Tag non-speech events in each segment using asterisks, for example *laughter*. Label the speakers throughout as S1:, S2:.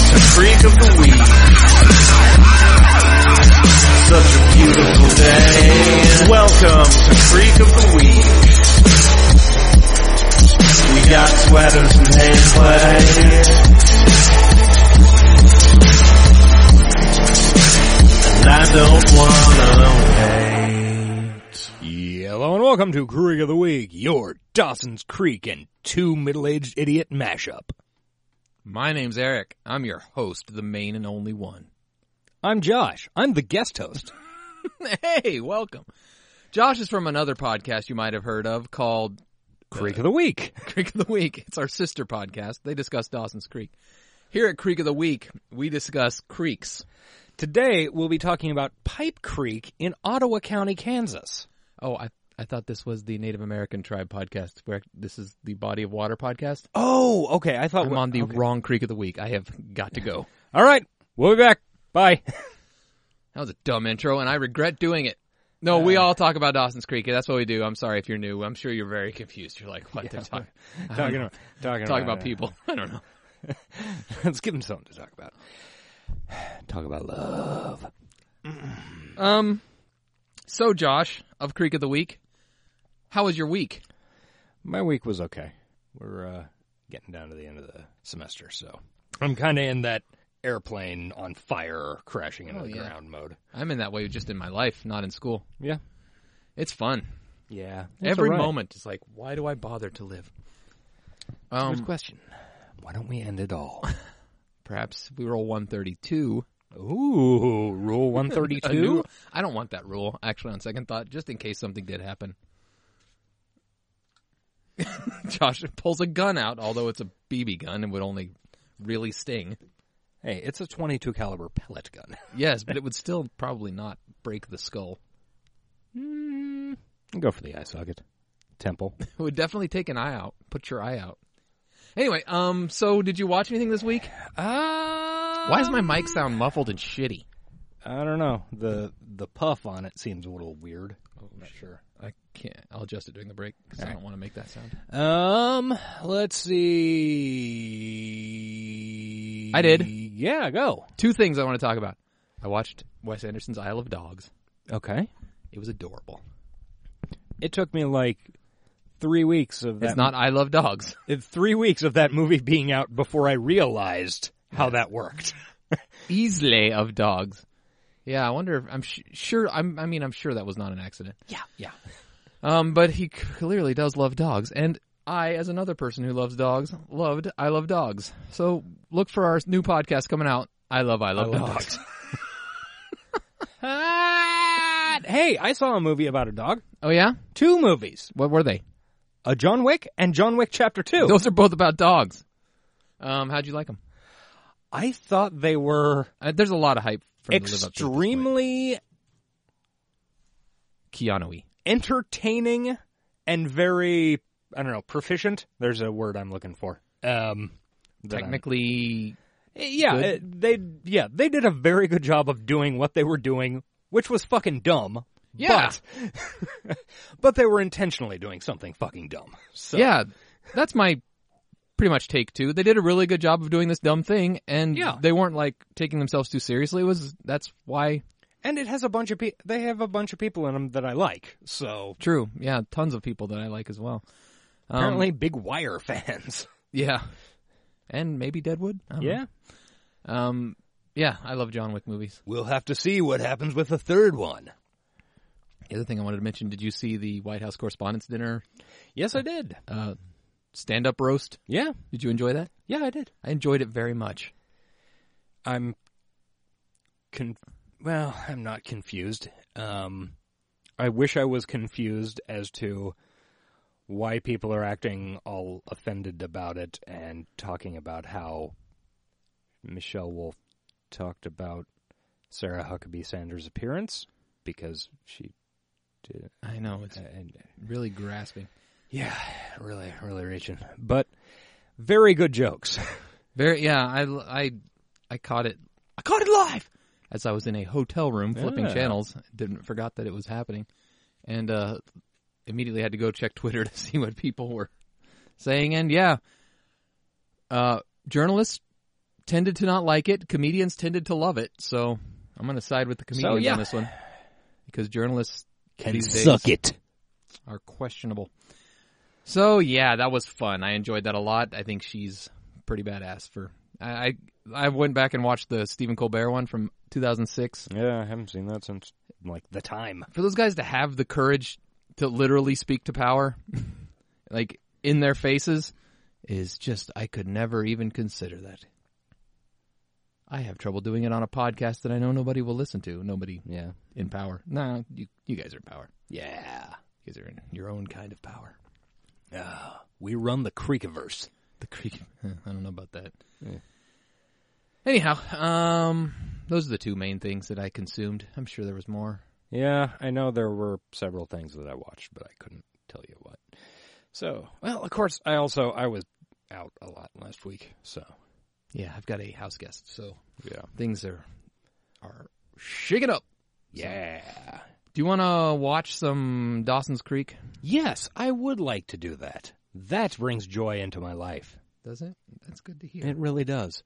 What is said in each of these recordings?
S1: of the week. Such a beautiful day. Welcome to Freak of the Week. We got sweaters and hand play. And I don't wanna wait.
S2: Hello and welcome to Creek of the Week, your Dawson's Creek and two middle-aged idiot mashup.
S3: My name's Eric. I'm your host, the main and only one. *laughs*
S2: I'm Josh. I'm the guest host.
S3: hey, welcome. Josh is from another podcast you might have heard of called *laughs*
S2: Creek of the Week.
S3: Creek of the Week. It's our sister podcast. They discuss Dawson's Creek. Here at Creek of the Week, we discuss creeks.
S2: Today we'll be talking about Pipe Creek in Ottawa County, Kansas.
S3: Oh, I I thought this was the Native American Tribe podcast. Where this is the Body of Water podcast.
S2: Oh, okay. I thought
S3: I'm
S2: we-
S3: on the
S2: okay.
S3: wrong Creek of the Week. I have got to go.
S2: All right, we'll be back. Bye.
S3: That was a dumb intro, and I regret doing it. No, we all talk about Dawson's Creek. That's what we do. I'm sorry if you're new. I'm sure you're very confused. You're like, what they're *laughs* *laughs* talking,
S2: talking about talking,
S3: talking about people. *laughs* I don't know.
S2: *laughs* Let's give them something to talk about. *sighs* Talk about love.
S3: Um, so Josh of Creek of the Week, how was your week?
S2: My week was okay. We're uh, getting down to the end of the semester, so I'm kind of in that airplane on fire crashing into
S3: Oh,
S2: the
S3: yeah.
S2: ground mode.
S3: I'm in that way just in my life, not in school.
S2: Yeah,
S3: It's fun.
S2: yeah.
S3: Every moment is like, why do I bother to live?
S2: Good
S3: Um,
S2: question. Why don't we end it all? *laughs*
S3: perhaps we roll 132.
S2: Ooh, rule one thirty *laughs*
S3: A
S2: two.
S3: new- I don't want that rule, actually, on second thought, just in case something did happen. *laughs* Josh pulls a gun out, although it's a BB gun and would only really sting.
S2: Hey, it's a twenty two caliber pellet gun.
S3: Yes, but it would still probably not break the skull.
S2: *laughs* Go for the eye socket, temple.
S3: It would definitely take an eye out. Put your eye out. Anyway, um, so did you watch anything this week?
S2: *laughs* Ah,
S3: Why does my mic sound muffled and shitty?
S2: I don't know. the The puff on it seems a little weird. Oh, not sure.
S3: I can't. I'll adjust it during the break because I don't want to make that sound.
S2: Um, let's see.
S3: I did.
S2: Yeah, go.
S3: Two things I want to talk about. I watched Wes Anderson's Isle of Dogs.
S2: Okay.
S3: It was adorable.
S2: It took me like three weeks of that.
S3: It's not I Love Dogs. *laughs*
S2: it- three weeks of that movie being out before I realized how that
S3: *laughs*
S2: worked.
S3: Isle of Dogs. Yeah, I wonder if I'm sh- sure. I'm, I mean, I'm sure that was not an accident.
S2: Yeah, yeah.
S3: Um, but he clearly does love dogs, and I, as another person who loves dogs, loved I Love Dogs. So look for our new podcast coming out. I love I Love, dogs. *laughs*
S2: hey, I saw a movie about a dog.
S3: Oh yeah,
S2: Two movies:
S3: what were they?
S2: a John Wick and John Wick Chapter Two.
S3: Those are both about dogs. Um, how'd you like them?
S2: I thought they were
S3: Uh, there's a lot of hype. For them to live up to at this point.
S2: extremely
S3: Keanu-y.
S2: entertaining and very I don't know proficient. There's a word I'm looking for. Um, that I'm-
S3: Technically,
S2: yeah,
S3: good.
S2: uh, they yeah they did a very good job of doing what they were doing, which was fucking dumb.
S3: Yeah.
S2: but, *laughs* but they were intentionally doing something fucking dumb. So
S3: yeah, that's my pretty much take two. They did a really good job of doing this dumb thing, and
S2: Yeah.
S3: they weren't like taking themselves too seriously. It was that's why
S2: and it has a bunch of pe- they have a bunch of people in them that I like. So
S3: true. Yeah, tons of people that I like as well. Um,
S2: apparently, big Wire *laughs* fans.
S3: yeah, and maybe Deadwood. I don't know. um, yeah, I love John Wick movies.
S2: we'll have to see what happens with the third one.
S3: The other thing I wanted to mention: Did you see the White House Correspondents' Dinner
S2: Yes, I did.
S3: uh, stand-up roast?
S2: Yeah,
S3: Did you enjoy that?
S2: yeah, I did.
S3: I enjoyed it very much.
S2: I'm con- well, I'm not confused. Um I wish I was confused as to why people are acting all offended about it and talking about how Michelle Wolf talked about Sarah Huckabee Sanders' appearance because she did
S3: I know it's
S2: and
S3: Uh, really grasping.
S2: yeah, really really reaching. But very good jokes.
S3: Very yeah, I I I caught it. I caught it live as I was in a hotel room flipping
S2: Yeah.
S3: channels. Didn't forgot that it was happening, and uh, immediately had to go check *laughs* Twitter to see what people were saying. And yeah, uh, journalists tended to not like it. Comedians tended to love it. So I'm going to side with the comedians
S2: yeah.
S3: on this one because journalists
S2: Can
S3: these days
S2: suck it.
S3: are questionable. So yeah, that was fun. I enjoyed that a lot. I think she's pretty badass. For I I, I went back and watched the Stephen Colbert one from 2006.
S2: Yeah, I haven't seen that since like the time.
S3: For those guys to have the courage to literally speak to power, *laughs* like in their faces, is just I could never even consider that. I have trouble doing it on a podcast that I know nobody will listen to. Nobody
S2: Yeah.
S3: in power. Nah, you you guys are in power.
S2: Yeah.
S3: You guys are in your own kind of power.
S2: We run the Creekiverse.
S3: The creek. *laughs* I don't know about that.
S2: Yeah.
S3: Anyhow, um, those are the two main things that I consumed. I'm sure there was more.
S2: Yeah, I know there were several things that I watched, but I couldn't tell you what. So, well, of course, I also I was out a lot last week, so
S3: Yeah, I've got a house guest, so
S2: yeah,
S3: things are are shaken up.
S2: yeah.
S3: Do you want to watch some Dawson's Creek?
S2: Yes, I would like to do that. That brings joy into my life.
S3: Does it? That's good to hear.
S2: It really does.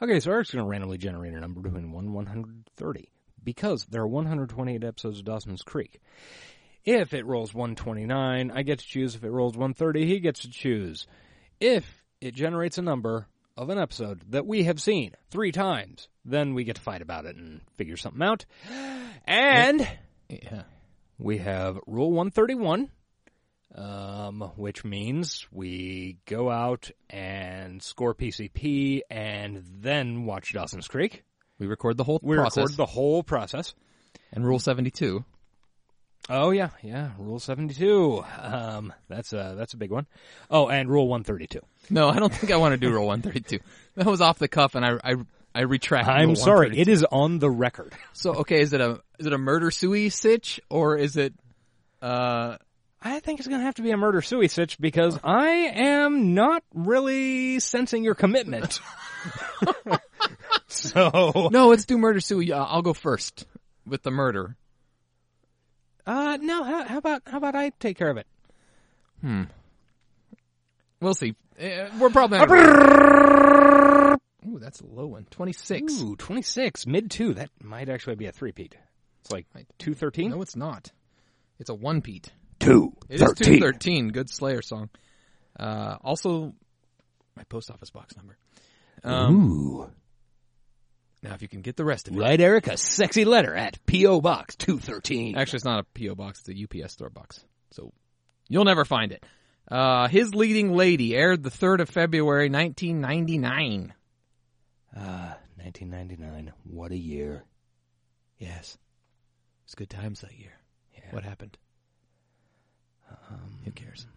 S2: Okay, so Eric's going to randomly generate a number between 1 and 130 because there are 128 episodes of Dawson's Creek. If it rolls 129, I get to choose. If it rolls 130, he gets to choose. If it generates a number of an episode that we have seen three times, then we get to fight about it and figure something out. *gasps* And
S3: Yeah.
S2: we have Rule 131, um, which means we go out and score PCP and then watch Dawson's Creek.
S3: We record the whole
S2: We
S3: process.
S2: record the whole process.
S3: and Rule 72.
S2: Oh yeah, yeah. Rule seventy two. Um, that's a that's a big one. Oh, and Rule one thirty two.
S3: No, I don't think I want to do Rule 132. *laughs* That was off the cuff, and I I, I retract.
S2: I'm
S3: Rule
S2: sorry,
S3: 132.
S2: it is on the record.
S3: So okay, is it a is it a murder sui sitch or is it uh
S2: I think it's going to have to be a murder suicide because I am not really sensing your *laughs* commitment. so
S3: no, let's do murder sui. Uh, I'll go first with the murder.
S2: Uh, no. How, how about how about I take care of it?
S3: We'll see. Uh, we're probably not Ooh, that's a low one. 26.
S2: Ooh, 26, mid two. That might actually be a three-peat. It's like
S3: Right.
S2: two thirteen.
S3: No, it's not. It's a one peat.
S2: Two
S3: It is 213. Good Slayer song. Uh also my post office box number.
S2: Ooh,
S3: Now if you can get the rest of it.
S2: write Eric a sexy letter at P.O. Box two thirteen.
S3: Actually, it's not a PO box; it's a UPS store box. So you'll never find it. Uh, His leading lady aired the third of February, nineteen ninety nine.
S2: Ah, 1999. What a year.
S3: Yes, it's good times that year.
S2: Yeah.
S3: What happened? Who cares? Um,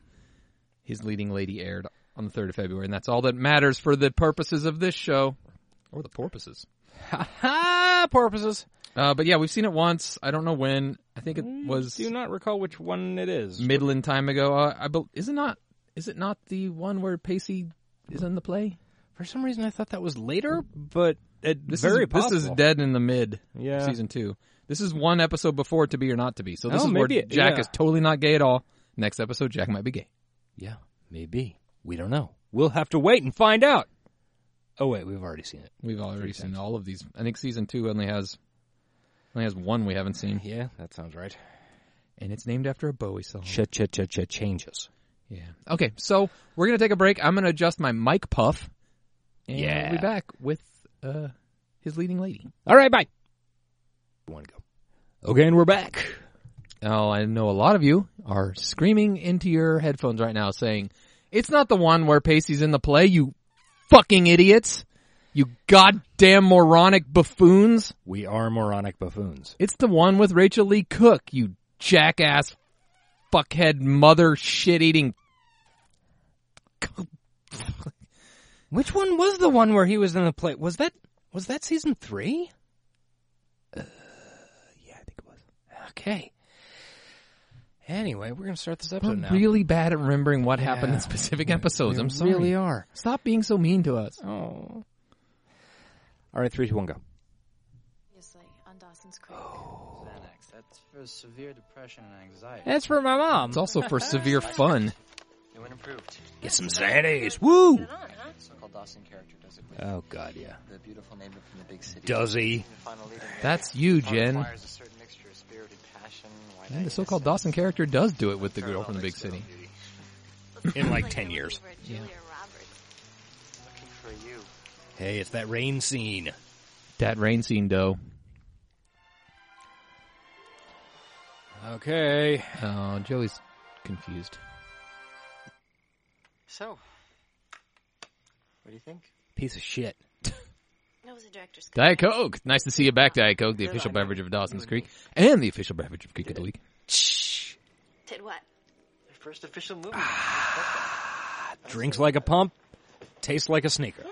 S3: His leading lady aired on the third of February, and that's all that matters for the purposes of this show, or the porpoises.
S2: Ha ha! Porpoises.
S3: Uh, but yeah, we've seen it once. I don't know when. I think it was
S2: Do not recall which one it is.
S3: Midland time ago. Uh, I bel is it not? Is it not the one where Pacey is in the play?
S2: For some reason, I thought that was later, but it,
S3: This
S2: very
S3: is,
S2: possible.
S3: This is dead in the mid
S2: Yeah.
S3: season two. This is one episode before to be or not to be. So this
S2: Oh,
S3: is where
S2: maybe it-
S3: Jack
S2: yeah.
S3: is totally not gay at all. Next episode, Jack might be gay.
S2: Yeah, maybe. We don't know. We'll have to wait and find out. Oh wait, we've already seen it.
S3: We've already seen all of these. I think season two only has only has one we haven't seen,
S2: Yeah, that sounds right.
S3: and it's named after a Bowie song.
S2: Cha cha cha cha changes.
S3: Yeah. Okay, so we're gonna take a break. I'm gonna adjust my mic puff, and
S2: Yeah.
S3: we'll be back with uh, his leading lady.
S2: All right, bye. One go. Okay, and we're back.
S3: Oh, I know a lot of you are screaming into your headphones right now saying, it's not the one where Pacey's in the play, you fucking idiots. You goddamn moronic buffoons.
S2: We are moronic buffoons.
S3: It's the one with Rachel Lee Cook, you jackass, fuckhead, mother shit eating.
S2: Which one was the one where he was in the play? Was that was that season three? Uh, yeah, I think it was. Okay. Anyway, we're gonna start this
S3: We're
S2: episode now.
S3: really bad at remembering what happened
S2: Yeah.
S3: in specific episodes.
S2: We
S3: I'm sorry.
S2: really are.
S3: Stop being so mean to us.
S2: Oh. All right, three, two, one, go.
S4: Previously on Dawson's Creek.
S5: Xanax. That's for severe depression and anxiety.
S2: That's for my mom.
S3: It's also for severe fun.
S5: New and improved.
S2: Get some Xanax. Woo!
S4: Get it on, huh?
S5: So-called Dawson character
S6: Physically.
S2: Oh God, yeah.
S6: the beautiful neighbor from the big city.
S2: Does he?
S6: The final leader may-
S3: That's you,
S6: Art
S3: Jen.
S6: requires a certain mixture of spirited passion, wide
S3: And the
S6: eyed
S3: so-called
S6: innocence,
S3: Dawson character does do it with the girl
S6: parallel
S3: from the big
S6: external
S3: city.
S2: *gasps*
S6: beauty.
S2: In like 10 years.
S4: Yeah.
S6: Looking for you.
S2: Hey, it's that rain scene.
S3: That rain scene, though.
S2: Okay.
S3: Oh, Joey's confused.
S6: So, what do you think?
S2: Piece of shit.
S4: That was a director's cut.
S3: Diet Coke. Nice to see you back, Diet Coke, the official beverage of Dawson's Creek, and the official beverage of Creek of the Week.
S4: Did what?
S6: Your first official movie.
S2: Drinks like a pump, tastes like a sneaker.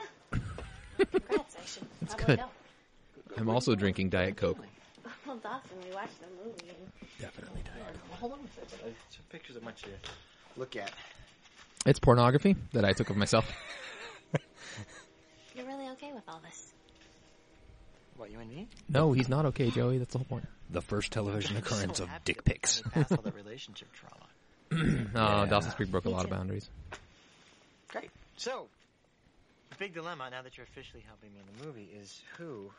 S4: Congrats, I should probably
S3: good.
S4: know.
S3: I'm also drinking Diet Coke.
S4: Well, Dawson, we watched the movie. And
S2: Definitely tired.
S6: Hold on a second. I have some pictures I want you to look at.
S3: It's pornography that I took of myself.
S4: you're really okay with all this.
S6: What, you and me?
S3: *laughs* No, he's not okay, Joey. That's the whole point.
S2: The first television occurrence
S6: *laughs* So
S2: of
S6: happy
S2: dick
S6: to
S2: pics.
S6: finally pass all the relationship trauma.
S3: No, Dawson's Creek broke a lot of boundaries.
S6: Great. So, the big dilemma now that you're officially helping me in the movie is who.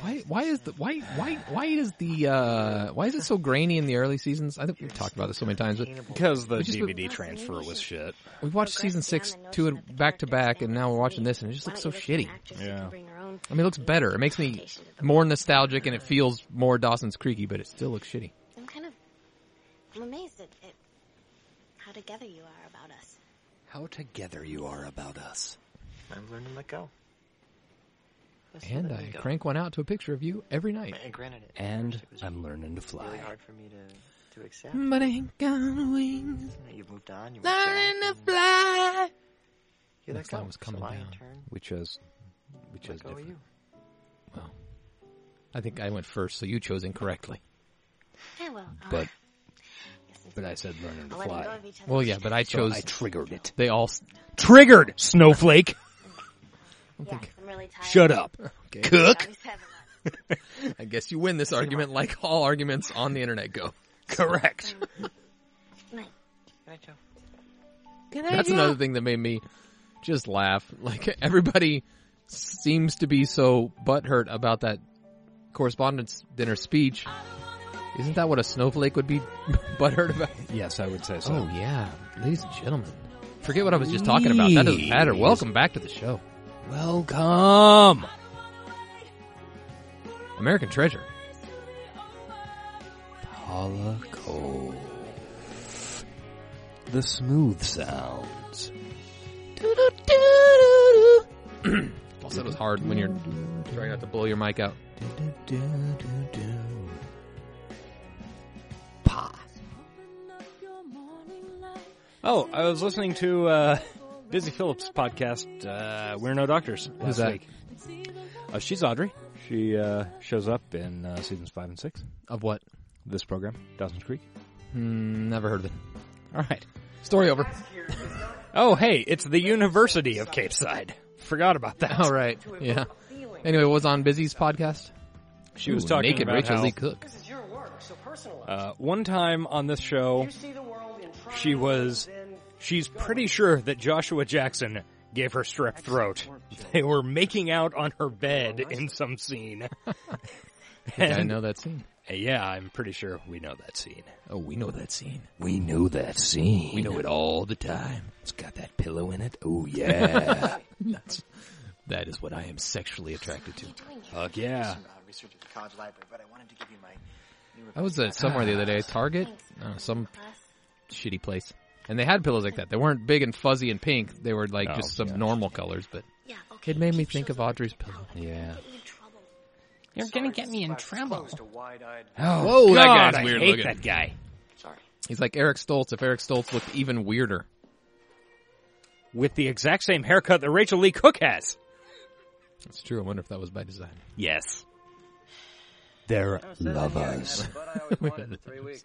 S3: Why? Why is the why? Why? Why is the? uh Why is it so grainy in the early seasons? I think we've talked about this so many times. But
S6: Attainable.
S2: Because the
S3: We just-
S2: DVD transfer was shit.
S3: we watched season six, two, and back to back, and now we're watching this, and it just looks so shitty.
S2: Yeah.
S3: I mean, it looks better. It makes me more nostalgic, and it feels more Dawson's Creeky, but it still looks shitty.
S4: I'm kind of. I'm amazed at, at how together you are about us.
S2: How together you are about us.
S6: I'm learning to let go. Just
S3: And
S6: let
S3: I
S6: me go.
S3: crank one out to a picture of you every night.
S6: And granted, it.
S2: And
S6: it was
S2: I'm learning to fly.
S6: really hard for me to to accept.
S3: But I ain't got wings.
S6: You know, You've moved on. You moved
S3: Learning to
S6: on.
S3: fly.
S6: You let
S3: Next line
S6: go.
S3: was coming
S6: so I, in
S3: down.
S6: turn,
S2: We chose. We chose
S6: let go of
S2: different.
S6: you.
S3: Well, I think I went first, so you chose incorrectly.
S4: Yeah, well, I'll-
S2: But
S4: yes,
S2: but I said learning to
S4: I'll let him go
S2: fly.
S4: of each other.
S3: Well, yeah, but I
S2: So
S3: chose.
S2: I triggered it.
S3: they all. s-
S2: Triggered, snowflake.
S4: Yeah, I'm really tired.
S2: Shut up,
S3: Okay.
S2: cook.
S4: Always have a lot.
S3: I guess you win this argument, like all arguments on the internet *laughs* go.
S2: Correct.
S4: Night.
S6: Can I tell?
S3: That's another thing that made me just laugh. Like *laughs* everybody seems to be so butthurt about that correspondence dinner speech. Isn't that what a snowflake would be *laughs* butthurt about?
S2: Yes, I would say so.
S3: Oh yeah, ladies and gentlemen. Forget what I was just talking about. That doesn't matter.
S2: Please.
S3: Welcome back to the show,
S2: Welcome.
S3: American Treasure.
S2: Paula Cove. The smooth sounds.
S3: Also, it was hard when you're trying not to blow your mic out.
S2: Pa. Oh, I was listening to uh, Busy Phillips' podcast, uh, We're No Doctors, last
S3: that?
S2: week. Uh, she's Audrey. She uh, shows up in uh, seasons five and six.
S3: Of what?
S2: This program, Dawson's Creek.
S3: Hmm, never heard of it.
S2: All right.
S3: Story over.
S2: Oh, hey, it's the University of Cape Side. Forgot about that.
S3: All right. Yeah. Anyway, what was on Busy's podcast?
S2: She was
S3: Ooh,
S2: talking
S3: naked
S2: about
S3: Rachel
S2: how,
S3: Lee Cook.
S7: This is your work, so personalize.
S2: uh, one time on this show,
S7: you see the world in trials,
S2: she was
S7: then
S2: she's pretty sure that Joshua Jackson gave her strep throat. *laughs* They were making out on her bed in
S7: *laughs*
S2: some scene. *laughs*
S3: I
S2: and, uh,
S3: know that scene.
S2: yeah, I'm pretty sure we know that scene.
S3: Oh, we know that scene.
S2: We know that scene.
S3: We know it all the time.
S2: It's got that pillow in it.
S7: *laughs*
S2: Oh yeah.
S3: That's, that is what I am sexually attracted to.
S2: Fuck yeah.
S6: Some uh, research at the college library, but I wanted to give you my. new
S3: I was at somewhere the other day, Target, uh, some
S4: Plus,
S3: shitty place, and they had pillows like that. They weren't big and fuzzy and pink. They were like just some normal colors, but
S4: yeah, okay.
S3: it made me
S4: keep
S3: think
S4: shows
S3: of
S4: on.
S3: Audrey's pillow.
S2: Yeah.
S4: Get you in trouble.
S2: You're gonna get me in trouble.
S6: Closed to wide-eyed.
S2: Oh,
S3: Whoa, that
S2: God,
S3: guy's
S2: I
S3: weird
S2: hate
S3: looking.
S2: that guy.
S6: Sorry.
S3: He's like Eric Stoltz. If Eric Stoltz looked even weirder,
S2: With the exact same haircut that Rachel Lee Cook has.
S3: that's true. I wonder if that was by design.
S2: Yes. They're lovers.
S6: But I always wanted in
S3: *laughs*
S6: three weeks.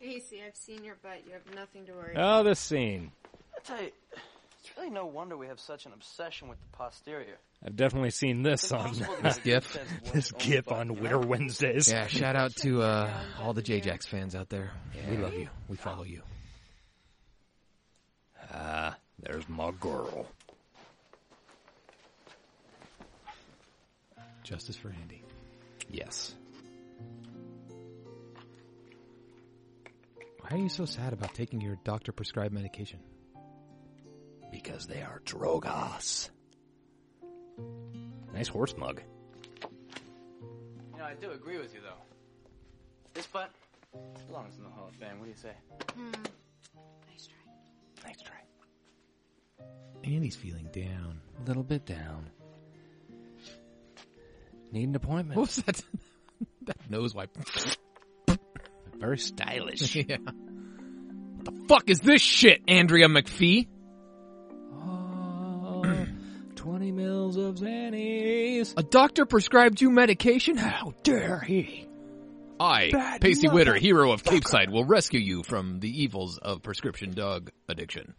S8: Casey, I've seen your butt. You have nothing to worry
S2: Oh, this scene.
S6: I tell you, it's really no wonder we have such an obsession with the posterior.
S2: I've definitely seen this
S6: It's
S2: on *laughs*
S6: impossible to
S3: This
S6: make a
S3: gif.
S6: good sense of what
S2: this
S6: the old
S2: gif
S6: fuck,
S2: on
S6: you know?
S2: Witter Wednesdays.
S3: Yeah, shout out to uh, all the J-Jax fans out there. We love you. We follow you.
S2: There's my girl.
S3: Justice for Andy.
S2: Yes.
S3: Why are you so sad about taking your doctor prescribed medication?
S2: Because they are drogas. Nice horse mug.
S5: You know, I do agree with you though. This butt belongs in the Hall of Fame. What do you say?
S4: Nice try.
S2: Nice try.
S3: Andy's feeling down.
S2: A little bit down. Need an appointment.
S3: What was that? *laughs* that nose wipe.
S2: Very stylish.
S3: yeah. What the fuck is this shit, Andrea McPhee?
S2: oh, 20 mils of Xannies.
S3: A doctor prescribed you medication?
S2: How dare he?
S3: I,
S2: Bad
S3: Pasty Witter,
S2: motherfucker.
S3: hero of Capeside, will rescue you from the evils of prescription dog addiction.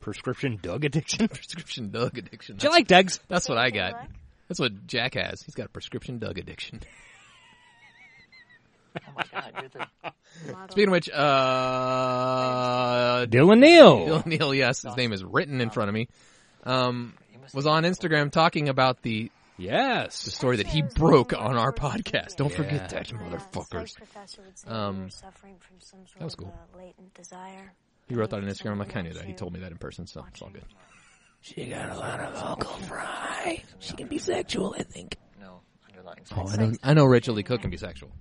S2: Prescription drug addiction? Do
S3: Prescription dog addiction.
S2: you like Dugs?
S3: That's what I
S4: Hey,
S3: got.
S4: Black.
S3: That's what Jack has. He's got a prescription dog addiction.
S4: Model.
S3: Speaking of which, uh,
S2: Dylan Neal.
S3: Dylan Neal, yes, his name is written in front of me, um, was on Instagram talking about the, the
S2: Yes.
S3: story that he broke on our podcast. Don't forget that, motherfuckers. Um,
S4: Um, that
S3: was cool.
S4: uh, Latent desire.
S3: He wrote that on Instagram. I'm like, I knew that. He told me that in person, so it's all good.
S2: She got a lot of vocal fry. She can be sexual, I think.
S6: No underlying.
S3: Oh, I know, I know Rachel Lee Cook can be sexual.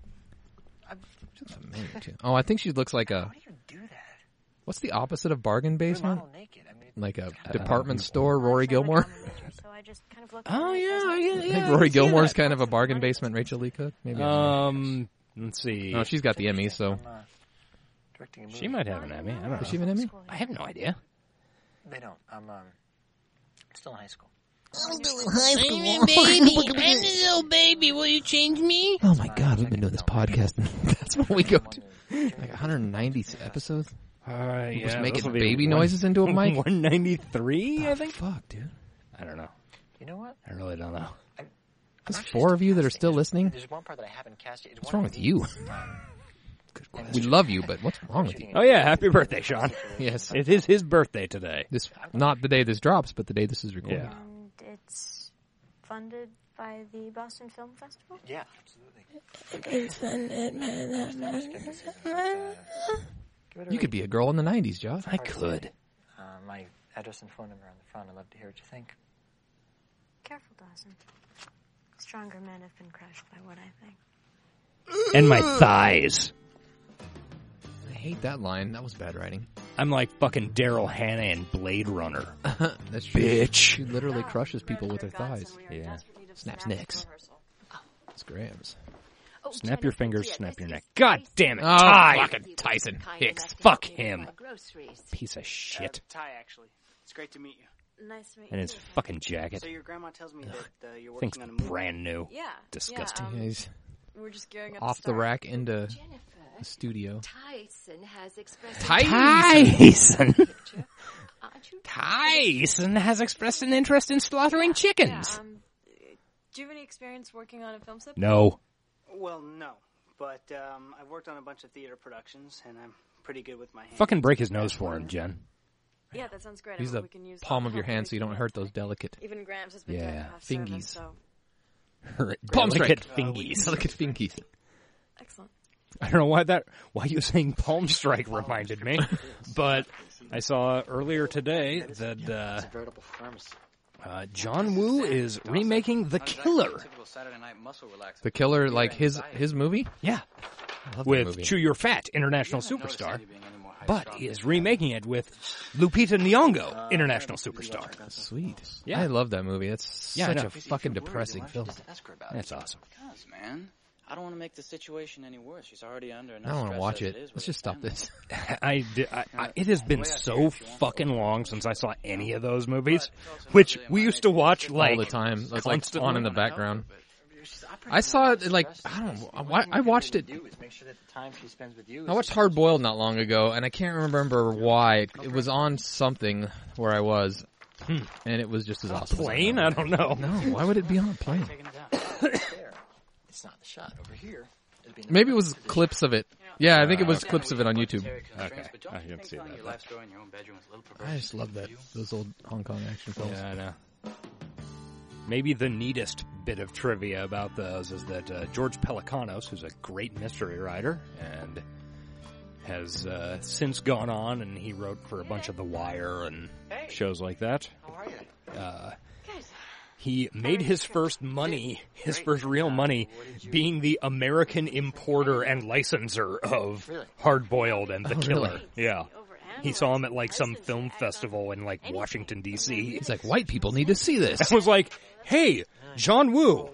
S3: She's amazing, too. Oh, I think she looks like a,
S6: Why do you do that?
S3: what's the opposite of bargain
S6: You're
S3: basement?
S6: model naked. I mean,
S3: Like a department store Rory Gilmore?
S2: Oh, yeah, yeah,
S3: I
S2: *laughs*
S3: *laughs*
S2: yeah.
S3: think Rory Gilmore's kind of a bargain basement Rachel Lee Cook. Maybe. I don't know.
S2: Um, let's see.
S3: no, she's got the Emmy, so.
S6: I'm, uh, directing a movie.
S2: She might have an Emmy. I don't know.
S3: she even in me?
S2: I have no idea.
S6: They don't. I'm um, still in high school.
S3: Oh my god, we've been doing this podcast, and *laughs* that's what we go to. Like 190 episodes?
S2: Uh, yeah,
S3: Just
S2: this
S3: making
S2: will be
S3: baby
S2: one- *laughs*
S3: noises into a mic?
S2: 193, I think.
S3: Fuck, dude.
S2: I don't know.
S6: You know what?
S2: I really don't know.
S3: There's
S6: I'm actually
S3: four of you that are
S6: casting
S3: still
S6: it.
S3: listening?
S6: There's one part that I haven't cast. yet. It's
S3: What's
S6: one
S3: wrong
S6: of
S3: with
S2: *laughs*
S6: the-
S3: you? We love you, but what's wrong with you?
S2: Oh yeah, happy birthday, Sean.
S3: Yes.
S2: It is his birthday today.
S3: This, not the day this drops, but the day this is recorded.
S2: Yeah.
S4: And it's funded by the Boston Film Festival.
S6: Yeah, absolutely.
S3: You could be a girl in the 90s, Josh.
S2: I could.
S6: Uh, my address and phone number on the front. I'd love to hear what you think.
S4: Careful, Dawson. Stronger men have been crushed by what I think.
S2: And my thighs.
S3: I hate that line. That was bad writing.
S2: I'm like fucking Daryl Hannah in Blade Runner.
S3: That's true. She
S2: Bitch.
S3: literally
S8: God,
S3: crushes people with her
S8: Reverend
S3: thighs.
S8: Godson, we are in
S2: Yeah.
S8: desperate need of
S3: Snaps
S8: snacks
S3: necks.
S8: rehearsal.
S3: It's grams.
S4: Oh,
S2: Snap your fingers, snap your neck. God damn it,
S3: Oh,
S2: Ty!
S3: fucking Tyson Hicks.
S2: Fuck him.
S8: Groceries.
S2: Piece of shit.
S9: Ty, actually. It's great to meet you.
S8: Nice to meet
S2: And
S8: you.
S2: his fucking jacket.
S9: So your grandma tells me that uh, you're
S2: Thing's
S9: working on a movie.
S2: brand new.
S8: Yeah.
S2: Disgusting.
S8: Yeah, um,
S3: Yeah, he's
S8: we're just gearing up to
S3: off the
S8: start.
S3: rack into
S10: Jennifer
S3: the studio.
S10: Tyson has expressed
S3: *laughs*
S2: Tyson!
S10: Aren't you
S2: Tyson has expressed an interest in slaughtering
S8: Yeah,
S2: chickens.
S8: um, do you have any experience working on a film set?
S2: No.
S9: Well, no, but um, I've worked on a bunch of theater productions, and I'm pretty good with my hands.
S2: Fucking break his nose for him, Jen.
S8: Yeah, that sounds great. I
S3: Use the
S8: hope we can use
S3: palm
S8: that
S3: of your
S8: help
S3: hand so you
S8: with
S3: don't
S8: that.
S3: hurt those delicate,
S8: Even Gramps has been
S2: Yeah,
S8: doing half service,
S3: fingies.
S8: so
S2: Her
S3: Palm
S2: delicate
S3: strike.
S2: fingies.
S3: delicate fingies.
S8: excellent.
S2: I don't know why that why you saying palm strike reminded me, but I saw earlier today that uh,
S6: It's a veritable pharmacy.
S2: uh, John Woo is remaking The
S5: Not exactly a
S2: Killer.
S5: typical Saturday night muscle relaxer.
S3: The killer, like his his movie.
S2: Yeah,
S3: I love that
S2: with
S3: movie.
S2: Chew Your Fat, international
S5: I noticed
S2: superstar,
S5: you being any more high
S2: but
S5: strung.
S2: he is remaking it with Lupita Nyong'o, international superstar.
S3: Sweet.
S2: Yeah.
S3: I love that movie. That's
S2: Yeah, I
S3: such
S2: know.
S3: a fucking depressing film.
S6: Ask her about it.
S2: That's awesome. *laughs*
S5: Because, man, I don't want to make the situation any worse. She's already under
S3: I
S5: enough
S3: don't want
S5: stress
S3: to watch
S5: as
S3: it.
S5: is with
S3: Let's
S5: her
S3: just stop
S5: family.
S3: this.
S2: I, di- I, I it has been so fucking long since I saw any of those
S5: But
S2: movies,
S5: it's also not
S2: which
S5: really
S2: we
S5: my
S2: used to
S5: nature.
S2: watch like
S3: all the time. It's like
S2: constantly.
S3: on in the
S5: I wanna help
S3: background.
S5: her, but-
S6: She's operating
S3: I saw
S6: under
S3: it, like,
S6: stress.
S3: I don't know,
S6: The one
S3: why-
S6: thing
S3: I
S6: you can
S3: watched
S6: really
S3: it-
S6: do is make sure that the time she spends with you
S3: I
S6: is-
S3: watched Hard Boiled not long ago, and I can't remember why. It, it was on something where I was, and it was just as awesome. as I
S2: plane.
S3: remember.
S2: I don't know.
S3: No, why would it be on a plane?
S5: Taking it down.
S6: there. It's not the shot over here. It'd be in the
S3: Maybe it was clips of it. Yeah, I think it was clips of it on YouTube.
S5: Budgetary constraints,
S2: Okay.
S5: But don't you
S2: I can
S5: think
S2: see
S5: telling
S2: that,
S5: your
S2: but-
S5: life story in your own bedroom is a little perverse? *laughs*
S3: I just love that those old Hong Kong action films.
S2: Yeah, I know. Maybe the neatest bit of trivia about those is that uh, George Pelicanos, who's a great mystery writer and has uh, since gone on, and he wrote for a bunch of The Wire and shows like that.
S6: How are you?
S2: Uh, he made his first money, his first real money, being the American importer and licenser of Hard Boiled and The
S3: Oh,
S2: Killer.
S3: really?
S2: Yeah. He saw him at like some film festival in like Washington D.C.
S3: He's like, white people need to
S2: *laughs*
S3: see this.
S2: I was like, "Hey, John Woo,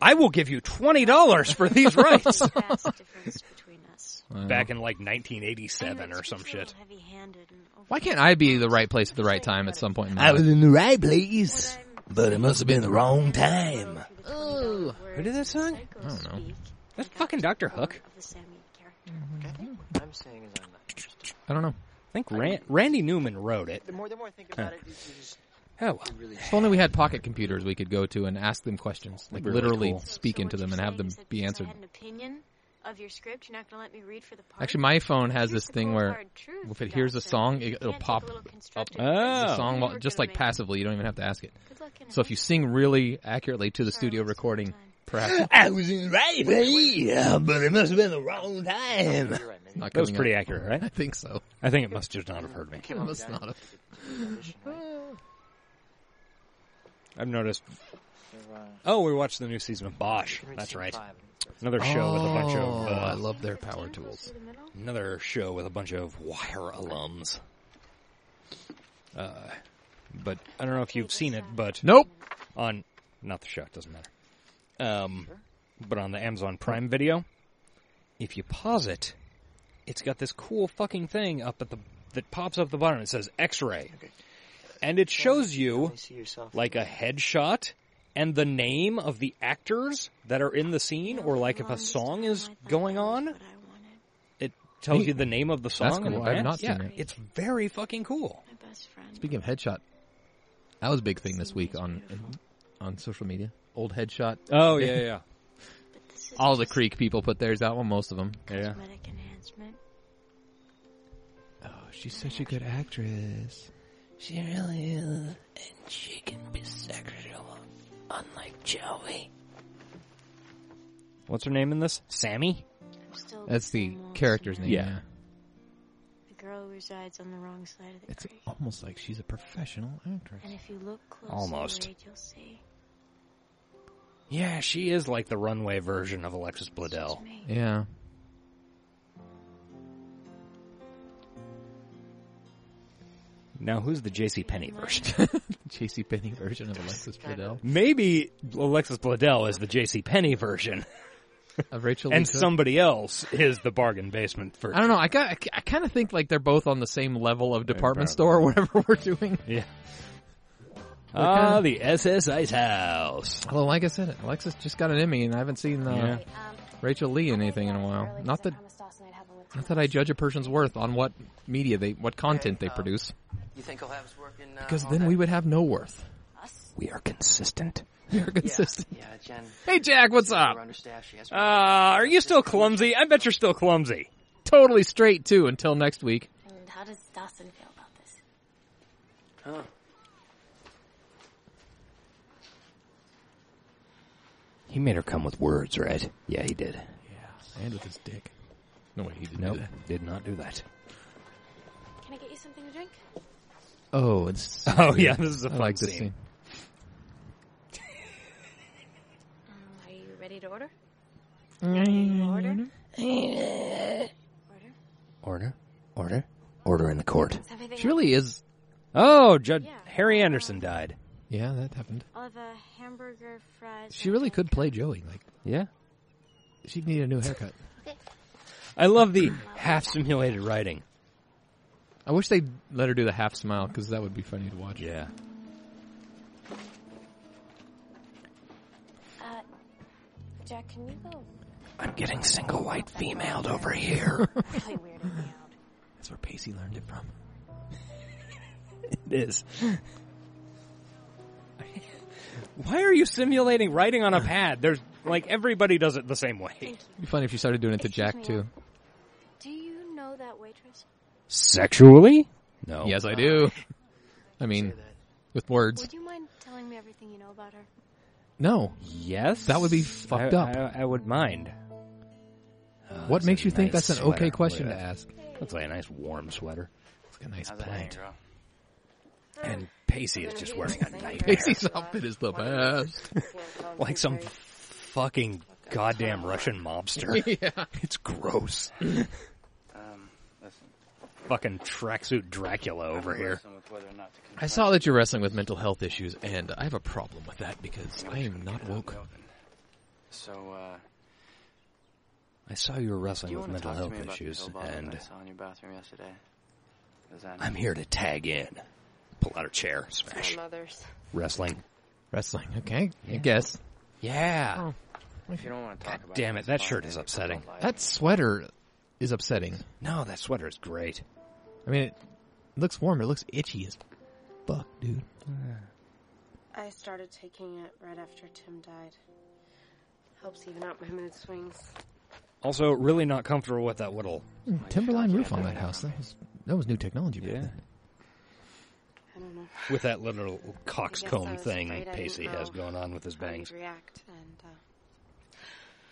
S2: I will give you twenty dollars for these
S1: *laughs*
S2: rights."
S4: Vast difference between
S3: *laughs*
S4: us.
S3: Uh,
S2: Back in like 1987 or some shit.
S4: Heavy-handed and over-
S3: Why can't I be the right place at the right time at some point in my
S1: I was
S3: life?
S1: in the right place, but it must have been the wrong time.
S3: Ooh.
S2: Who did that song?
S3: I don't know.
S2: That's fucking Dr. Hook.
S4: of the Sammy character.
S6: I'm saying is I'm not interested.
S3: I don't know.
S2: I think Ran- Randy Newman wrote it.
S6: The more the more I think
S3: Uh,
S6: about it, it's just
S2: Oh, well.
S6: really.
S3: If only we had pocket computers we could go to and ask them questions, like
S2: That'd be really
S3: literally
S2: cool.
S3: speak
S4: So
S3: into
S4: what
S3: them
S4: you're
S3: and have
S4: saying
S3: them
S4: is that
S3: be
S4: because
S3: answered.
S4: I had an opinion of your script. You're not going to let me read for the part.
S3: Actually, my phone has this thing where
S4: hard truth,
S3: if it hears a
S4: Dawson.
S3: song, it,
S4: You
S3: it'll
S4: can't take
S3: pop
S4: a little
S3: up Ah.
S4: constructive
S2: Oh.
S3: the song
S4: criticism.
S3: while,
S4: We're
S3: just
S4: gonna
S3: like
S4: make-
S3: passively. You don't even have to ask it.
S4: Good luck in
S3: So if you sing really accurately to the studio recording,
S2: *laughs*
S3: perhaps
S1: I was in the right place, but it must have been the wrong time.
S6: You're right, maybe.
S3: it's not
S2: That was
S3: coming
S2: pretty
S3: up.
S2: accurate, right?
S3: *laughs* I think so.
S2: I think it must just not have heard me.
S6: Came up
S3: Must
S6: with that.
S3: not have.
S2: I've noticed.
S6: So, uh,
S2: Oh, we watched the new season of Bosch.
S6: I've heard
S2: That's
S6: season
S2: right.
S6: five.
S2: Another show with a bunch
S3: Oh, I
S2: of uh,
S3: love their power tools.
S2: another show with a bunch of Wire alums. Uh, but I don't know if you've seen it, but
S3: Nope.
S2: on not the show, it doesn't matter. Um, but on the Amazon Prime video, if you pause it, it's got this cool fucking thing up at the that pops up the bottom. It says X-ray, and it shows you
S6: Only see yourself.
S2: like a headshot and the name of the actors that are in the scene, or like if a song
S4: Oh
S2: is going on, it tells you the name of the song.
S3: That's
S2: and the
S3: cool. I've
S2: band.
S3: not
S2: yeah,
S3: seen it.
S2: It's very fucking cool.
S4: My best friend.
S3: Speaking of headshot, that was a big thing this week on on social media. Old headshot.
S2: Oh yeah, *laughs* yeah,
S4: But this is
S3: All the Creek people put theirs out. Well, most of them.
S2: yeah.
S4: cosmetic enhancement.
S3: Oh, she's such a good actress.
S1: She really is, and she can be sexual, unlike Joey.
S2: What's her name in this? Sammy.
S4: I'm still
S3: That's the
S4: same old
S3: character's name.
S4: Samantha.
S2: Yeah.
S3: Yeah.
S4: The girl resides on the wrong side of the
S3: It's
S4: creek.
S3: almost like she's a professional actress.
S4: And if you look closely,
S2: Almost.
S4: Wade, you'll see.
S2: Yeah, she is like the runway version of Alexis Bledel.
S4: It's me.
S3: Yeah.
S2: Now, who's the J.C. Penney version? *laughs*
S3: JC Penny version of Alexis Bledel.
S2: Maybe Alexis Bledel is the J.C. Penney *laughs* version,
S3: Of Rachel Lee
S2: and
S3: Cook.
S2: somebody else is the bargain basement version.
S3: I don't know. I got. I, kind of think like they're both on the same level of department
S2: probably
S3: store, whatever we're doing.
S2: Yeah.
S3: Ah,
S2: the SS Ice House.
S3: Although, like I said, Alexis just got an Emmy, and I haven't seen uh,
S10: Um,
S3: Rachel Lee in anything in a while. Not that. Not that I judge a person's worth on what media they, what content they produce,
S5: uh, You think he'll have us working? Uh,
S3: because
S5: all
S3: then
S5: night?
S3: we would have no worth. *laughs*
S2: We are consistent.
S3: We are consistent.
S5: Yeah, Jen.
S3: Hey, Jack, what's
S5: We're
S3: up?
S5: understaffed. She has.
S2: Uh, are you still clumsy? I bet you're still clumsy.
S3: Totally straight too. Until next week.
S10: And how does Dawson feel about this?
S5: Huh.
S2: He made her come with words, right? Yeah, he did.
S3: Yeah, and with his dick. No way, he didn't.
S2: Nope, did not do that.
S10: Can I get you something to drink?
S2: *laughs*
S3: Oh, it's
S2: Oh yeah, this is a
S3: I
S2: fun
S3: like this
S2: scene.
S3: scene.
S10: Um, are you ready to order?
S2: Order, order, order in the court.
S10: Is everything
S3: She really is.
S2: Oh, Judge
S4: Yeah.
S2: Harry Anderson died.
S3: Yeah, that happened.
S4: I'll have a hamburger, fries.
S3: She
S4: and
S3: really
S4: a
S3: could play Joey. Like
S2: Yeah.
S3: she'd need a new haircut.
S2: I love the half simulated writing.
S3: I wish they'd let her do the half smile because that would be funny to watch.
S2: Yeah.
S10: Jack, can we go
S2: I'm getting single white femaled over
S3: *laughs*
S2: here. *laughs*
S10: really weirded me out?
S3: That's where Pacey learned it from.
S2: it is. Why are you simulating writing on a pad? There's like everybody does it the same way.
S3: It'd be funny if she started doing it to
S4: Excuse
S3: Jack
S4: me,
S3: too.
S4: Do you know that waitress?
S2: Sexually? No.
S4: *laughs*
S3: Yes, I do. I mean, with words.
S4: Would you mind telling me everything you know about her?
S3: No.
S2: Yes?
S3: That would be fucked
S2: I,
S3: up.
S2: I, I would mind. Oh,
S3: what
S2: that's
S3: makes
S2: a
S3: you think
S2: nice
S3: that's an okay
S2: sweater.
S3: question
S2: Look
S3: to
S2: at
S3: ask?
S2: that. Looks like a nice warm sweater.
S3: It's got a nice
S5: How's that hanging,
S3: plant.
S5: bro?
S2: And Pacey is just wearing a nightmare.
S3: Casey's outfit is the best.
S2: like some fucking goddamn Russian mobster.
S8: *laughs*
S3: *laughs*
S2: *laughs*
S3: yeah.
S2: It's gross.
S5: *laughs* Um, listen.
S2: fucking tracksuit Dracula
S5: I've
S2: over
S5: been
S2: here.
S5: wrestling with whether or not to
S3: I
S5: confront
S3: saw that you're wrestling with mental health issues, and I have a problem with that because I am not
S5: it out in
S3: woke.
S5: the open. So, uh,
S2: I saw you were
S5: do
S2: wrestling
S5: you
S2: with
S5: want to
S2: mental
S5: talk to
S2: health
S5: me about the
S2: issues,
S5: pill bottle that
S2: and
S5: I saw in your bathroom yesterday? 'Cause I know-
S2: I'm here to tag in. Pull out her chair, smash.
S8: mothers.
S2: Wrestling.
S3: Wrestling, okay? I guess.
S2: Yeah.
S5: If you don't want to talk about
S2: damn Oh. it,
S5: it's
S2: that
S5: fine,
S2: shirt
S5: maybe
S2: is
S5: we can
S2: upsetting.
S5: talk later.
S3: That sweater is upsetting.
S2: No, that sweater is great.
S3: I mean, it looks warm. It looks itchy as fuck, dude.
S8: I started taking it right after Tim died. Helps even out my mood swings.
S2: Also, really not comfortable with that little.
S3: Timberline roof on that house. That was that was new technology. back
S2: Yeah.
S3: then.
S8: I don't know how
S2: With that little
S8: I
S2: coxcomb
S8: was
S2: thing
S8: afraid I didn't
S2: Pacey
S8: know
S2: has going on with his
S8: you'd
S2: bangs.
S8: react, and uh,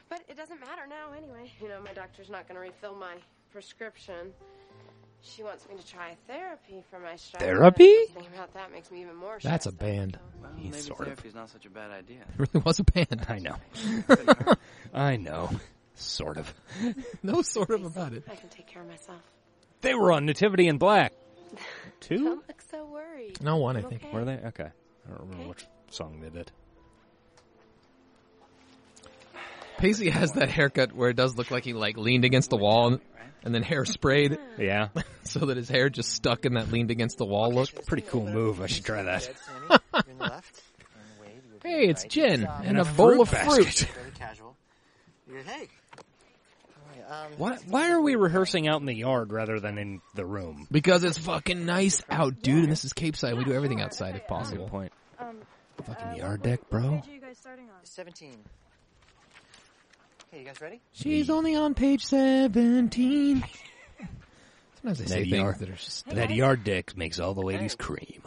S8: but it doesn't matter now anyway. You know, my doctor's not going to refill my prescription. She wants me to try therapy for my stress. but
S2: Therapy?
S8: just Thinking about that makes me even more.
S3: That's a
S8: stressed out,
S3: band.
S8: so-
S5: Well,
S2: He's
S5: maybe
S2: sort of-
S5: therapy's not such a bad idea.
S3: It *laughs* really was a band.
S2: *laughs* I know. *laughs* I know. Sort of.
S3: No sort of about it.
S8: I can take care of myself.
S2: They were on Nativity in Black. Two?
S8: Don't look so worried.
S3: No one, I
S8: I'm
S3: think.
S8: okay.
S2: Were they? Okay. I don't remember
S8: Okay.
S2: which song they did.
S3: Pacey has that haircut where it does look like he like leaned against the wall and, and then hair sprayed
S2: Yeah.
S3: so that his hair just stuck in that leaned against the wall look.
S2: Pretty cool move. I should try that.
S6: Dead Sammy, you're
S3: *laughs*
S6: in the left. And Wade, you're
S3: Hey,
S6: the
S3: it's
S6: right.
S3: gin
S6: Um,
S3: and a bowl of
S2: basket.
S3: fruit.
S6: Very casual. You're, hey. All right, um,
S2: Why, why are we rehearsing out in the yard rather than in the room?
S3: Because it's fucking nice out, dude, and this is Cape Side. We do everything outside if possible.
S2: point.
S10: Um,
S5: uh,
S2: Fucking yard deck, bro.
S10: you guys starting on?
S6: 17. Okay, you guys ready?
S3: She's only on page 17. *laughs* Sometimes I
S2: There
S3: say
S2: you
S3: things
S2: are.
S3: that are just...
S2: That yard deck makes all the ladies cream.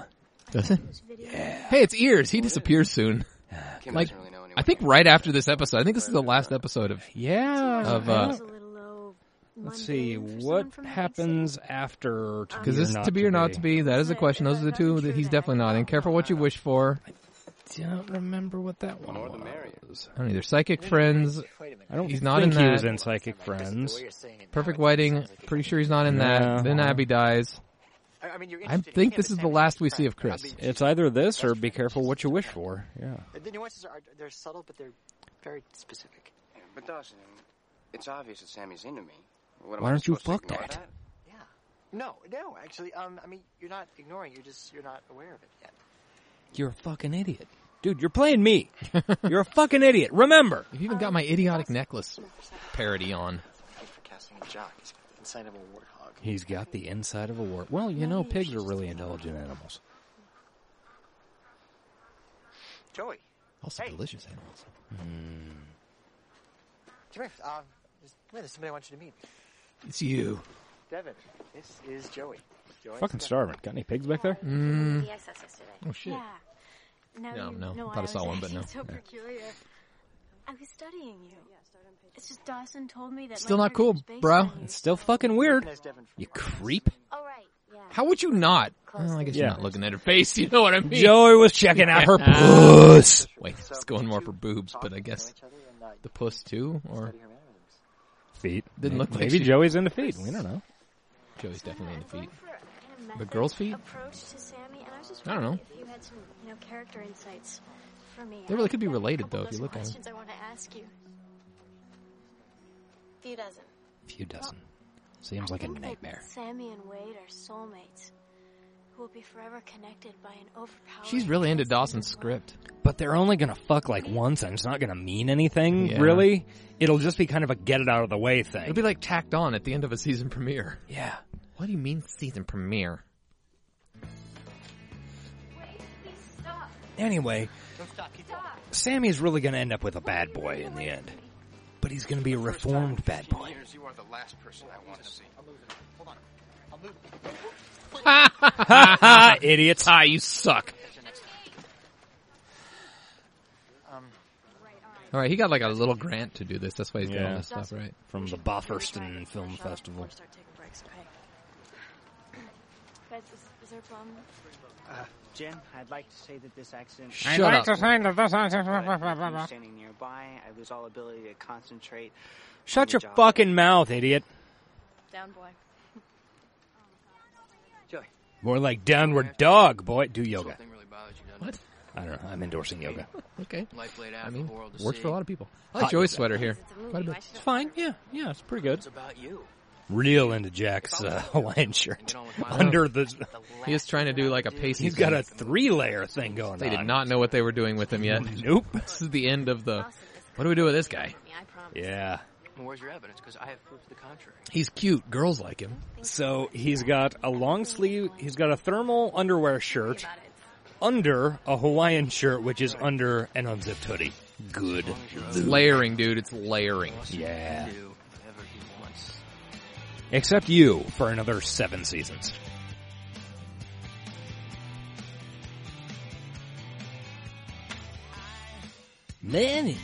S3: Does it? Hey, it's ears. He disappears soon.
S5: Kim
S3: Like,
S5: doesn't really know anyone.
S3: I think right after this episode. I think this is the last episode of...
S2: Yeah.
S3: Of, uh,
S2: Let's see what happens
S5: Um,
S2: after.
S3: Because this is to be or not to be. That is a question. Those are the two that he's definitely not in. Careful what you wish for.
S2: Don't remember what that one
S5: More the
S2: was.
S5: merrier.
S3: I don't either. Psychic friends.
S6: Wait a minute.
S2: I don't
S3: He's not
S2: think
S3: in
S2: he
S3: that.
S2: was in Psychic
S6: The way
S2: Friends.
S6: you're saying it now,
S3: Perfect
S6: it
S3: wedding.
S6: sounds like it-
S3: Pretty sure he's not in
S2: No.
S3: that. Then Abby dies.
S6: I, I mean, you're
S3: I
S6: interested in
S3: think
S6: him,
S3: this
S6: it
S3: is the
S6: sounds
S3: last
S6: like
S3: we
S6: friend.
S3: see of
S6: That'd
S3: Chris.
S6: be-
S2: It's either this or be careful what you wish for. Yeah.
S6: The nuances are they're subtle, but they're very specific.
S5: But Dawson, it's obvious that Sammy's into
S3: *laughs*
S5: me. What am
S2: Why
S5: I
S2: don't you
S5: supposed to
S2: fuck
S5: ignore
S2: that?
S6: Yeah. No, no, actually, um, I mean, you're not ignoring. You're just you're not aware of it yet.
S2: You're a fucking idiot. Dude, you're playing *laughs* me. You're a fucking idiot. Remember.
S3: You've even got my idiotic necklace parody on.
S6: Thank you for casting a jock inside of a warthog.
S2: He's got the inside of a wart. Well, you know, pigs are really intelligent animals.
S6: Joey,
S3: Also
S6: Hey.
S3: delicious animals.
S6: come here. Um, there's, wait, there's somebody I want you to meet.
S3: It's you.
S6: Devin, this is Joey. Joey
S2: Fucking
S6: Steph-
S2: starving. Got any pigs back there?
S10: Mm. The SS yesterday.
S3: Oh shit.
S10: Yeah. Now
S3: No,
S10: you
S3: no.
S10: know
S3: Thought I
S10: was
S3: saw one, but
S10: acting
S3: no.
S10: So
S3: Yeah.
S10: peculiar. I was studying you. It's just Dawson told me that.
S3: Still
S10: my
S3: not cool,
S10: character's based
S3: bro.
S10: on you,
S2: It's still
S10: so-
S2: fucking weird.
S6: Recognize Devin from
S2: You creep.
S10: Oh right, yeah.
S3: How would you not? Well, I guess you're
S2: Yeah.
S3: not looking at her face. *laughs* You know what I mean? Ah.
S2: Joey was checking out her puss.
S3: Wait,
S6: So
S3: it's going
S6: you
S3: more
S6: two
S3: for boobs,
S6: talk,
S3: but I
S6: know
S3: guess
S6: each other, and, uh,
S3: the puss too, or
S6: study her mannerisms.
S2: *laughs* Feet.
S3: Didn't look like
S2: Maybe
S3: she-
S2: Joey's into feet. We don't know.
S3: Joey's definitely in the feet.
S10: For a kind of
S3: The
S10: method
S3: girl's feet?
S10: Approach to Sammy, and I was just
S3: I don't
S10: wondering
S3: know.
S10: If you had some, you know, character insights for me.
S3: They really
S10: I
S3: could be
S10: have a
S3: related,
S10: couple
S3: though, if you
S10: dozen
S3: look at 'em.
S10: questions I want to ask you. Few dozen.
S2: Few dozen. Seems like a
S10: think that
S2: nightmare.
S10: Sammy and Wade are soulmates who will be forever connected by an overpowering.
S3: She's really into
S10: sense of
S3: Dawson's
S10: love.
S3: script.
S2: But they're only gonna fuck like once and it's not gonna mean anything,
S3: Yeah.
S2: really. It'll just be kind of a get it out of the way
S3: It'll
S2: thing.
S3: be like tacked on at the end of a season premiere.
S2: yeah.
S3: What do you mean season premiere?
S2: Anyway, Sammy's really gonna end up with a bad boy in the end. But he's gonna be a reformed bad
S3: *laughs*
S2: boy. *laughs*
S5: Years, you are the last person I want to see.
S2: Ha
S3: Ah,
S2: ha! Idiots! Ha, you suck.
S6: Um,
S3: All right, he got like a little grant to do this. That's why he's doing all
S2: Yeah.
S3: this stuff, right?
S2: From the Bofferston Film Festival.
S10: Start taking breaks, okay? *coughs* Fred, is, is there a problem?
S9: Uh, Jen, I'd like to say that this accident.
S3: Shut I'd like up. to say
S9: that this accident.
S3: blah, blah.
S9: standing nearby, I lose all ability to concentrate.
S2: Shut your fucking mouth, idiot.
S10: Down, boy.
S9: Joey,
S2: More like downward dog, boy. Do yoga.
S5: Something really bothers you, doesn't
S3: What?
S2: I don't know. I'm endorsing yoga.
S3: Okay.
S5: Life laid out
S3: I
S5: for
S3: mean,
S5: the world to
S3: works for a
S5: see.
S3: lot of people. I like
S2: Hot
S3: Joey's
S2: yoga.
S3: sweater here.
S10: It's a movie.
S3: Quite a
S10: Why
S3: bit.
S10: should
S2: It's fine. Yeah, yeah, it's pretty good.
S5: It's about you.
S2: Real into Jack's uh, Hawaiian shirt under the.
S3: He is trying to do like a pasty.
S2: He's got
S3: thing.
S2: a three-layer thing going
S3: They did
S2: on.
S3: not know what they were doing with him yet.
S2: *laughs* Nope.
S3: This is the end of the.
S10: Lawson is
S3: What do we do with this guy?
S10: coming, I promise.
S2: Yeah.
S5: Well, where's your evidence? Because I have proof to the contrary.
S3: He's cute. Girls like him.
S2: So he's got a long sleeve. He's got a thermal underwear shirt
S10: About it.
S2: under a Hawaiian shirt, which is under an unzipped hoodie. Good.
S3: It's layering, dude. It's layering.
S5: Lawson
S2: Yeah.
S5: can do whatever he wants.
S2: Except you for another seven seasons. Man,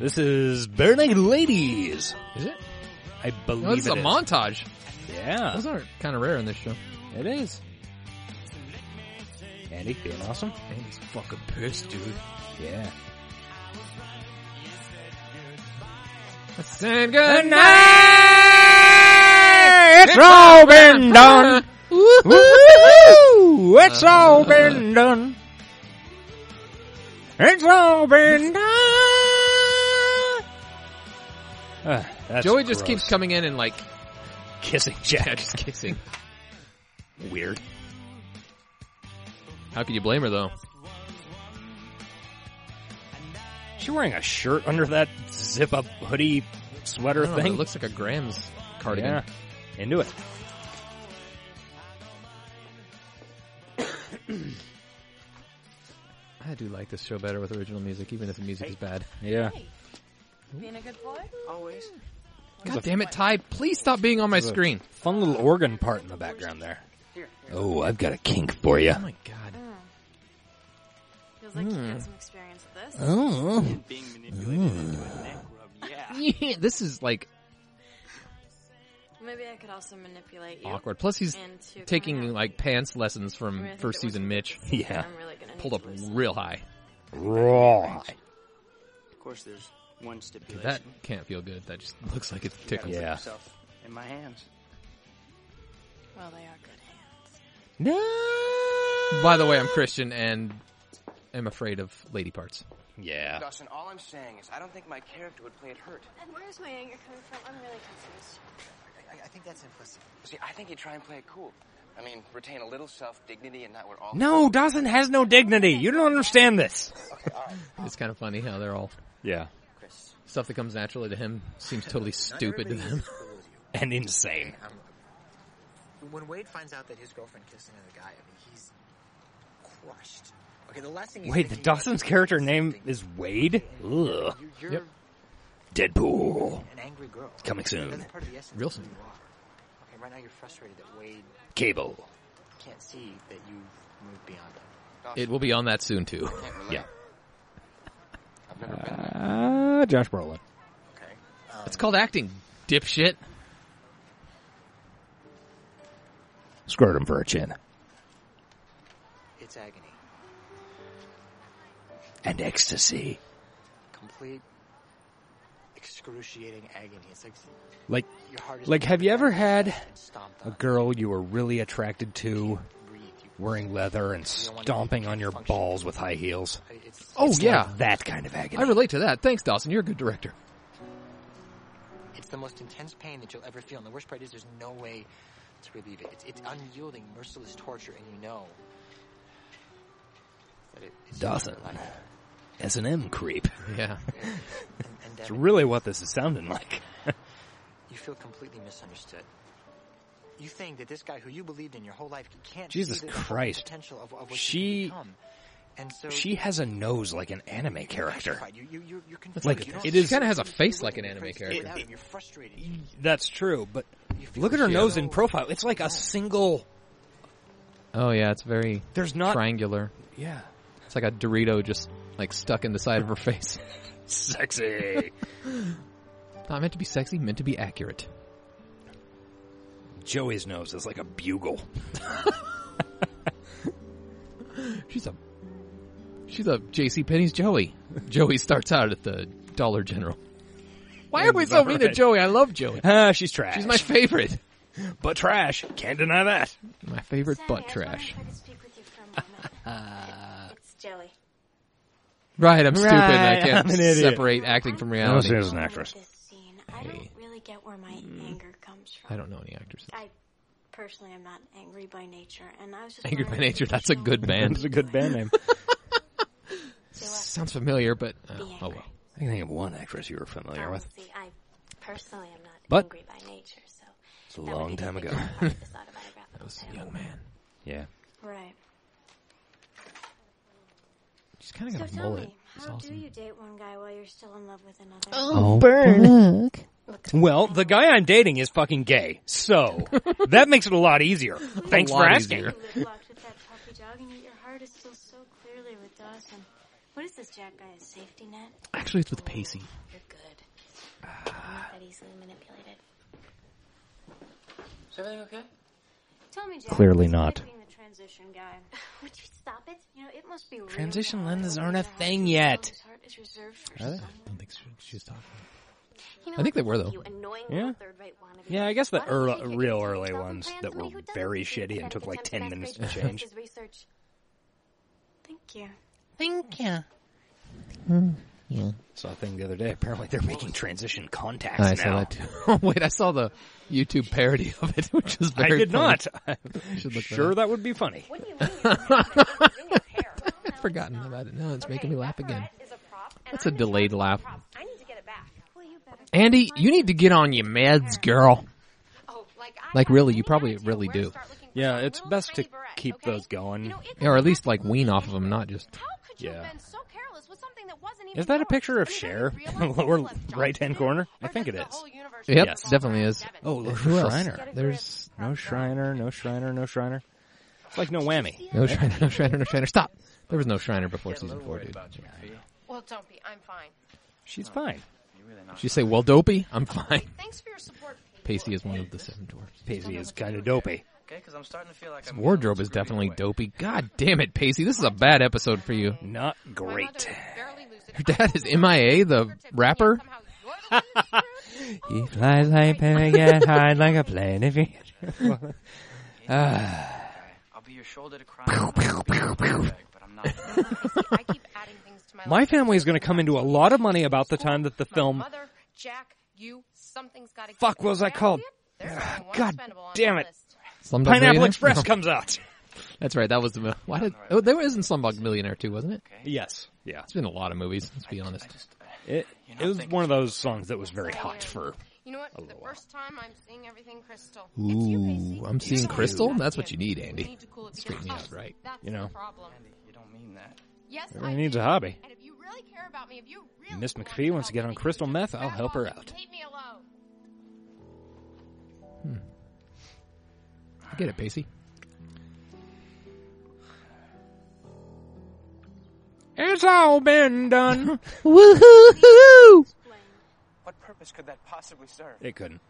S2: this is Burning Ladies.
S3: Is it?
S2: I believe
S3: No, this
S2: it
S3: is
S2: Uh.
S3: a
S2: is.
S3: montage.
S2: Yeah,
S3: Those are kind of rare in this show.
S2: it is. Andy, feeling awesome?
S3: Andy's fucking pissed, dude.
S2: Yeah.
S3: Saying good
S2: It's all been done. Woo! It's
S9: Uh,
S2: all been done. It's all been done.
S3: *laughs*
S2: Uh,
S3: Joey just keeps coming in and like
S2: kissing Jack.
S3: just kissing.
S2: Weird.
S3: How could you blame her though?
S2: Is she wearing a shirt under that zip-up hoodie
S3: I
S2: sweater
S3: don't know,
S2: thing?
S3: It looks like a Graham's cardigan.
S2: yeah. Into it.
S3: I do like this show better with original music, even if the music is bad.
S2: Yeah.
S8: Being a good boy?
S9: always.
S3: God damn it, Ty! Please stop being on my screen.
S2: Fun little organ part in the background there.
S9: Here, here.
S2: Oh, I've got a kink for you.
S3: Oh my god.
S10: Feels like
S3: Hmm.
S10: you got some experience with this.
S2: Oh.
S9: Being manipulated into a neck rub, yeah.
S3: *laughs* this is like
S10: Maybe I could also manipulate you.
S3: awkward. Plus, he's
S10: into coming
S3: taking
S10: out.
S3: like pants lessons
S10: I
S3: from
S10: mean, I think
S3: first
S10: it was
S3: season
S10: a good
S3: Mitch.
S10: decision.
S2: Yeah.
S10: I'm really gonna need
S3: Pulled up
S10: to loosen
S3: real high.
S2: Raw.
S9: Of course, there's one stipulation.
S3: That can't feel good. That just looks like it
S9: You gotta
S3: tickles.
S9: put
S2: Yeah.
S9: yourself in my hands.
S10: Well, they are good hands.
S3: By the way, I'm Christian and am afraid of lady parts.
S2: Yeah.
S5: Dawson, all I'm saying is I don't think my character would play it hurt.
S10: And where's my anger coming from? I'm really confused.
S6: I, I think that's implicit.
S5: See, I think you try and play it cool. I mean, retain a little self-dignity and not wear all...
S2: No, Dawson has no dignity. You don't understand this.
S3: It's kind of funny how they're all
S2: Yeah.
S5: Chris.
S3: stuff that comes naturally to him seems
S10: *laughs*
S3: totally stupid to
S6: Everybody's
S3: them.
S6: as cool as you.
S2: And insane.
S6: Um, when Wade finds out that his girlfriend kissed another guy, I mean, he's crushed. Okay, the last thing. he's
S2: Wait, the
S6: thinking
S2: Dawson's
S6: about-
S2: character name is Wade? Ugh.
S6: You- You're
S3: Yep.
S2: Deadpool.
S6: an angry girl.
S2: Coming soon.
S6: That's part of the essence. of
S3: Real
S6: who
S3: soon.
S6: you are. Okay, right now you're frustrated that Wade
S2: Cable.
S6: can't see that you've moved beyond him.
S3: It will be on that soon too.
S5: Can't relate.
S2: Yeah.
S5: I've never been there.
S2: Ah, Josh Brolin.
S6: Okay.
S3: It's called acting, dipshit.
S2: Scrotum for a chin.
S6: It's agony.
S2: And ecstasy.
S6: Complete, excruciating agony. It's like
S2: Like,
S6: your heart is
S2: like, have you ever had
S6: and stomped
S2: a
S6: on.
S2: girl you were really attracted to
S6: Breathe. You-
S2: wearing leather and stomping on your balls with high heels?
S6: It's
S3: Oh
S2: It's
S3: yeah,
S2: like that kind of agony.
S3: I relate to that. Thanks, Dawson. You're a good director.
S6: it's the most intense pain that you'll ever feel. And the worst part is there's no way to relieve it. It's, it's unyielding, merciless torture, and you know that it, it's
S2: Dawson. S&M creep.
S3: Yeah,
S6: And, and
S2: It's
S6: then
S2: really what this is sounding like.
S6: you feel completely misunderstood. You think that this guy who you believed in your whole life can't
S2: Jesus
S6: see the- the
S2: Christ.
S6: potential of, of what
S2: She-
S6: you can become. And so
S2: She has a nose like an anime character.
S6: You, you, you're, you're
S2: like,
S6: confused. you don't-
S2: it is-
S3: She kind of has a
S6: you're
S3: face
S6: living
S3: like an
S6: in
S3: anime
S6: crazy
S3: character.
S6: without him. You're frustrated.
S2: That's true, but
S6: You feel
S2: look at her
S6: she
S2: nose
S6: has-
S2: in profile. It's like a single.
S3: Oh yeah, it's very
S2: There's not.
S3: triangular.
S2: Yeah.
S3: It's like a Dorito just like stuck in the side of her face.
S2: Sexy.
S3: Not meant to be sexy, meant to be accurate.
S2: Joey's nose is like a bugle.
S3: She's a she's a JC Penney's Joey. *laughs* Joey starts out at the Dollar General. Why are we so mean to
S2: Right.
S3: Joey? I love Joey.
S2: *laughs* Ah, she's trash.
S3: She's my favorite.
S2: but trash. Can't deny that.
S3: My favorite
S10: Sorry, I
S3: butt
S10: was wondering
S3: trash.
S10: If I could speak with you for
S3: *laughs*
S10: a
S3: Uh,
S10: moment. it's Joey.
S3: Right, I'm stupid.
S2: Right,
S3: I
S2: *laughs*
S3: can't
S2: I'm an idiot.
S3: separate acting from reality.
S2: is an actress.
S10: This scene, I don't really get where my anger comes from.
S3: Mm. I don't know any actors.
S10: I personally am not angry by nature, and I was just
S3: Angry by
S10: wondering if
S3: Nature,
S10: you
S3: that's a
S10: could
S3: good
S10: show
S3: band.
S2: It's a good band *laughs* name.
S3: Sounds familiar, but uh,
S10: me
S3: oh
S10: angry.
S3: well.
S2: I can think of one actress you were familiar with.
S10: Honestly, I personally am not
S2: But-
S10: angry by nature, so
S2: It's a
S10: that would
S2: long
S10: be the
S2: time
S10: big
S2: ago.
S10: part of this
S2: *laughs*
S10: autobiographical
S3: That was
S10: tale.
S3: a young man.
S2: Yeah.
S10: Right.
S3: She's kind of
S10: So
S3: got a
S10: tell
S3: mullet.
S10: me,
S3: It's
S10: how do
S3: awesome.
S10: you date one guy while you're still in love with another?
S2: Oh, burn. Well, the guy I'm dating is fucking gay, so that makes it *laughs* a lot easier. Thanks
S3: A
S2: for
S3: lot
S2: asking.
S3: easier.
S10: You live locked with that puppy dog, and yet your heart is still so clearly with Dawson. What is this Jack guy? A safety net?
S3: Actually, it's with Pacey.
S10: You're good. I'm
S3: Ah.
S10: not that easily manipulated.
S5: Is everything okay?
S10: Tell me, Jack,
S2: Clearly
S10: what's
S2: not.
S10: with Being the transition guy. *laughs* Would you stop it? You know, it must be real
S2: Transition
S10: hard
S2: lenses
S10: when
S2: aren't a
S10: your heart
S2: thing
S10: is
S2: yet.
S10: closed, heart is reserved for
S3: I
S10: someone.
S3: don't think she, she's talking.
S10: You know
S3: I think they were,
S10: what?
S3: though.
S10: You annoying
S2: Yeah.
S10: little third-rate wannabe.
S2: Yeah, I guess the
S10: Why don't you
S2: earl-
S10: take your
S2: real
S10: kids to
S2: early
S10: yourself and
S2: ones
S10: plan
S2: that
S10: somebody
S2: were
S10: who doesn't
S2: very
S10: see the
S2: shitty and took like
S10: benefits
S2: 10
S10: and best
S2: minutes to
S10: grades
S2: change.
S10: versus research. Thank you.
S2: Saw a thing the other day. Apparently, they're making transition contacts
S3: I saw
S2: now.
S3: that too. *laughs* Wait, I saw the YouTube parody of it, *laughs* which was
S2: I
S3: very
S2: did
S3: funny.
S2: not. I'm
S3: Should look
S2: *laughs*
S3: that
S2: sure
S3: up.
S2: that would be funny.
S8: What do you mean?
S3: *laughs*
S8: You're it's in your hair.
S3: I'd forgotten about it. Now it's making me laugh again.
S8: Baccarat is a prop, and
S3: That's
S8: I'm
S3: a
S8: in charge
S3: delayed
S8: of the
S3: laugh.
S8: props. I need to get it back.
S10: Well, you better.
S3: Andy, you need to get on your meds, girl.
S8: Oh, like I
S3: Like,
S8: have
S3: really, you
S8: any
S3: probably
S8: idea
S3: really
S8: where to
S3: do.
S8: start looking for
S2: Yeah,
S8: that
S2: it's
S8: little
S2: best to
S8: tiny barrette,
S2: keep
S8: okay?
S2: those going.
S8: You know, it
S3: Yeah, or at
S8: goes
S3: least,
S8: back
S3: like,
S8: to
S3: wean
S8: the
S3: off of 'em,
S8: beginning.
S3: not just-
S8: How could you
S2: Yeah.
S8: have been so careless with something that wasn't even
S2: Is that a
S8: yours?
S2: picture of
S8: And you don't
S2: Cher
S8: even
S2: in the *laughs*
S8: realize
S2: lower
S8: Phyllis Johnson
S2: right-hand
S8: did,
S2: corner?
S8: or
S2: I think
S8: does
S2: it
S8: the
S2: is.
S8: whole universe
S3: Yep,
S8: revolve around
S3: definitely is.
S8: Devin?
S2: Oh, Lord
S3: Who else?
S2: Shriner.
S3: There's
S2: No Shriner, no Shriner, no Shriner. It's like no whammy.
S3: no Shriner, no Shriner, no Shriner. Stop. There was no Shriner before season four, dude.
S5: About you, McPhee.
S8: Well, don't be. I'm fine.
S2: She's fine.
S5: You really not.
S3: Did you say, well, dopey? I'm fine.
S8: Thanks for your support. people.
S3: Pacey is one of the seven dwarfs.
S2: Paisley is kind of dopey.
S5: okay? Because I'm starting to feel like I'm
S3: Wardrobe is definitely dopey. God damn it, Pacey. This is a bad episode for you.
S2: Not
S8: My mother
S2: great.
S8: barely lucid.
S3: Your dad is MIA, the rapper?
S8: Somehow you're the one that's screwed?
S2: *laughs* He flies like a bird, yet hide like a plane. If he
S5: I'll be your shoulder to cry. on, I'll be your quarterback, but I'm not.
S8: *laughs* I keep adding things to my
S2: *laughs* My
S8: life.
S2: family is going to come into a lot of money about the time that the
S8: My
S2: film.
S8: mother, Jack, you, something's gotta give.
S2: Fuck, what was that
S8: Jack,
S2: called? Ah,
S8: you- there's only one
S2: God
S8: spendable on
S2: damn
S8: the
S2: it.
S8: list.
S3: Slumdog
S2: Pineapple
S3: Millionaire?
S2: Express
S3: No.
S2: comes out.
S3: *laughs* That's right. That was the. Why did? Oh, there was in Slumdog Millionaire too, wasn't it?
S2: Yes. Yeah.
S3: It's been a lot of movies. Let's be honest.
S5: I just, uh,
S2: It,
S5: You're not
S2: it was
S5: thinking
S2: one of those songs that was very hot
S8: Yeah.
S2: for.
S8: You know what?
S2: a
S8: The
S2: little
S8: first time I'm seeing everything crystal. It's you, Pacey.
S3: Ooh, I'm seeing
S8: You're the
S3: crystal.
S8: one who's
S3: That's what
S8: got
S3: you
S8: the
S3: need,
S8: idea. We
S3: Andy.
S8: need to cool it
S3: Straighten
S8: because-
S3: you out,
S8: Oh,
S3: right.
S8: That's
S2: You
S8: the
S2: know.
S8: problem.
S5: Andy, you don't mean that.
S8: Yes,
S2: Everybody
S8: I
S2: needs a
S8: do.
S2: hobby.
S8: And if you really care about me, if you really
S2: Miss
S8: want
S2: McPhee wants to get
S8: help
S2: on
S8: me,
S2: crystal meth, I'll
S8: grab
S2: help her
S8: off and
S2: out.
S8: Leave me alone.
S3: I get it, Pacey.
S2: It's all been done.
S3: Woohoo!
S5: What purpose could that possibly serve?
S2: It couldn't.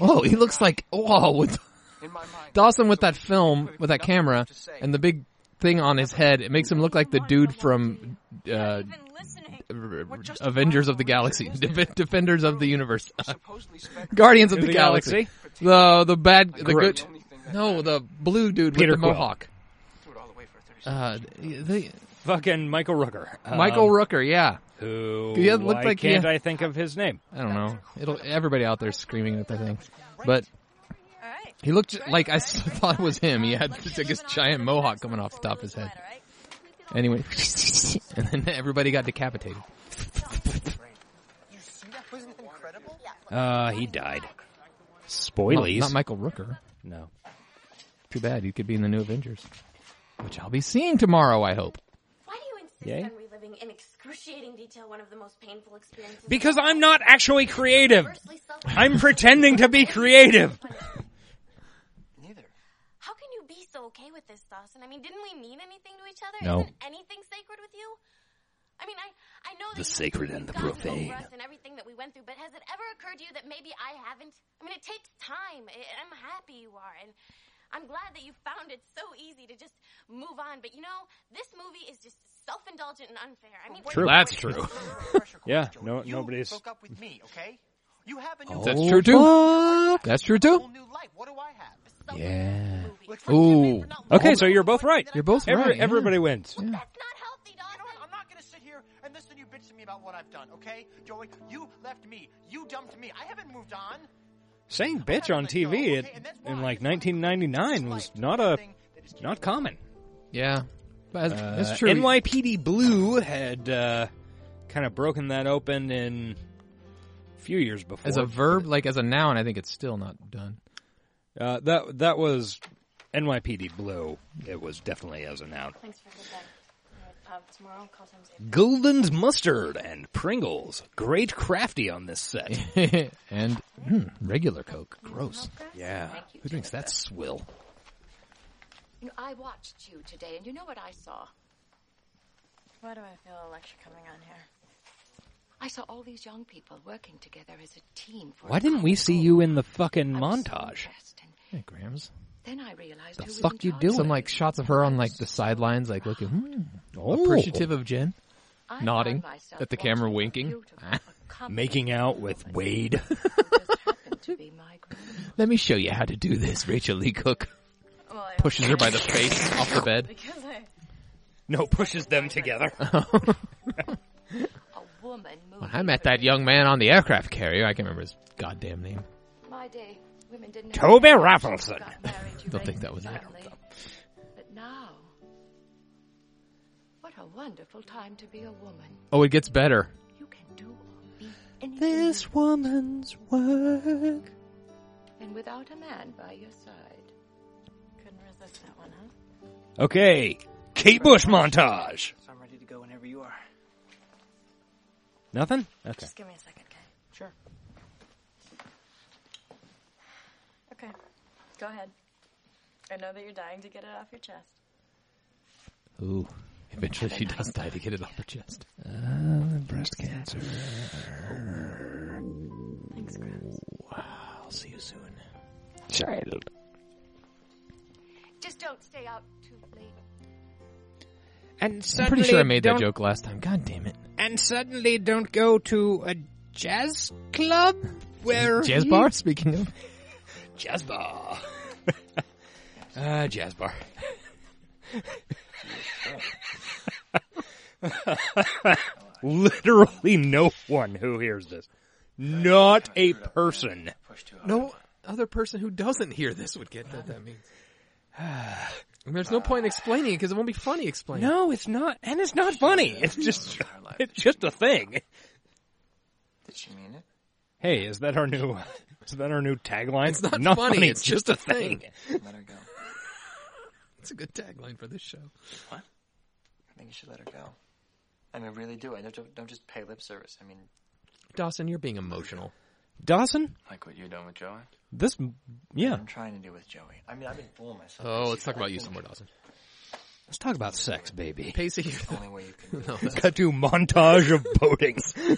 S3: Oh, he looks like whoa with
S5: In my mind,
S3: Dawson with that film with that camera and the big thing on his head. It makes him look like the dude from uh,
S10: Even listening.
S3: Avengers of the Galaxy, Def- Defenders of the Universe,
S5: *laughs* supposedly spent
S3: *laughs* Guardians of
S2: The
S3: the Galaxy. The the bad, the
S2: Groot.
S3: good. No, the blue dude with
S2: Peter
S3: the
S2: Quill.
S3: mohawk.
S5: threw it all away for 30 seconds.
S3: Uh, the,
S2: Fucking Michael Rooker. Um,
S3: Michael Rooker. Yeah.
S2: Who?
S3: He doesn't look
S2: why
S3: like he-
S2: can't I think of his name?
S3: I don't know. It'll everybody out there screaming at their thing, but he looked j- like I *laughs* s- thought it was him. He had this, like, this giant mohawk coming off the top of his head. Anyway, *laughs* and then everybody got decapitated.
S2: Uh, he died.
S3: Not,
S2: Spoilies.
S3: not Michael Rooker.
S2: no.
S3: Too bad he could be in the new Avengers, which I'll be seeing tomorrow. I hope.
S10: Why do you insist
S2: Yay?
S10: on reliving in excruciating detail one of the most painful experiences?
S2: Because I'm not actually creative.
S10: Firstly, self-
S2: I'm pretending to be creative.
S5: Neither.
S10: How can you be so okay with this, Dawson? I mean, didn't we mean anything to each other?
S2: No.
S10: Isn't anything sacred with you? I mean, I I know
S2: the sacred and the
S11: God's help
S2: profane.
S11: us and everything that we went through, but has it ever occurred to you that maybe I haven't? I mean, it takes time. I- I'm happy you are, and I'm glad that you found it so easy to just move on. But you know, this movie is just self-indulgent and unfair. I mean,
S2: True. That's true. *laughs* yeah, no,
S6: you
S2: nobody's.
S6: broke up with me, okay? You have a new
S2: Oh,
S3: That's true too.
S2: fuck.
S3: That's true too.
S2: Yeah.
S3: Ooh.
S2: Okay, so you're both right.
S3: You're both
S2: Every-
S3: right, yeah.
S2: Everybody wins.
S6: I'm not gonna sit here and listen to you bitch to me about what I've done, okay? Joey, you left me. You dumped me. I haven't moved on.
S2: Saying bitch on TV it, in like 1999 was not a not common.
S3: Yeah, But that's,
S2: Uh,
S3: that's true.
S2: NYPD Blue had uh, kind of broken that open in a few years before.
S3: as a verb, like as a noun, I think it's still not done.
S2: uh, that that was NYPD Blue. It was definitely as a noun.
S10: Thanks for the day. Pub tomorrow, call times eight.
S2: Golden's mustard and Pringles, great crafty on this
S3: *laughs*
S2: set.
S3: and hmm, regular Coke, gross.
S2: Yeah,
S3: who drinks that
S2: swill?
S12: You know, I watched you today, and you know what I saw?
S10: Why do I feel a lecture coming on here?
S12: I saw all these young people working together as a team for.
S2: Why
S12: a
S2: didn't we see you in the fucking montage?
S3: Hey, Grams.
S12: Then I realized
S3: The
S12: who was
S3: fuck you doing? Some like shots of her on like the sidelines, like looking hmm,
S2: Oh.
S3: appreciative of Jen,
S12: I
S3: nodding
S12: found myself
S3: at the camera, winking. Ah,
S2: Making out with Wade. *laughs*
S3: *laughs*
S12: to be my
S3: Let me show you how to do this, Rachel Lee Cook.
S10: Well, I-
S3: Pushes her *laughs* by the face off the bed.
S10: Because I.
S2: No, pushes them together.
S12: a woman
S3: When I met that young man on the aircraft carrier, I can't remember his goddamn name.
S12: My day, women
S2: *laughs*
S12: didn't.
S2: Toby Raffleson.
S3: *laughs* Don't think that was it.
S12: But now, what a wonderful time to be a woman.
S3: Oh, it gets better.
S2: This woman's work.
S12: And without a man by your side. Couldn't resist that one, huh?
S2: Okay, Kate Bush montage.
S9: So I'm ready to go whenever you are.
S2: Nothing? Okay.
S10: Just give me a second, okay?
S9: Sure.
S10: Okay. Go ahead. I know that you're dying to get it off your chest.
S3: Ooh. Eventually she does die to get it off her chest. Uh,
S2: breast cancer.
S10: Thanks, Grimes.
S3: I'll see you soon.
S2: Child.
S12: Just don't stay out too late.
S2: And
S3: I'm pretty sure I made that joke last time. God damn it.
S2: And suddenly don't go to a jazz club where.
S3: Jazz bar, speaking of.
S2: Jazz *laughs* bar. Ah, jazz bar. Literally no one who hears this. Not a person.
S3: No other person who doesn't hear this would get what that means. *sighs* And there's no point in explaining it because it won't be funny explaining.
S2: No, it's not, and it's not funny. It's just, it's just a thing.
S6: Did she mean it?
S2: Hey, is that our new? Is that our new tagline?
S3: It's not funny, it's just a thing.
S6: Let her go.
S3: It's a good tagline for this show.
S6: What? I think you should let her go. I mean, really do. I don't, don't just pay lip service. I mean,
S3: Dawson, you're being emotional.
S2: Dawson,
S6: like what you're doing with Joey.
S2: this, yeah.
S6: I'm trying to do with Joey. I mean, I've been fooling myself.
S3: Oh, let's talk about you some more, Dawson.
S2: Let's talk about sex, baby.
S3: Pacey, you're
S6: The only way you can.
S3: no,
S2: Let's *laughs* cut to montage of boating.
S3: *laughs*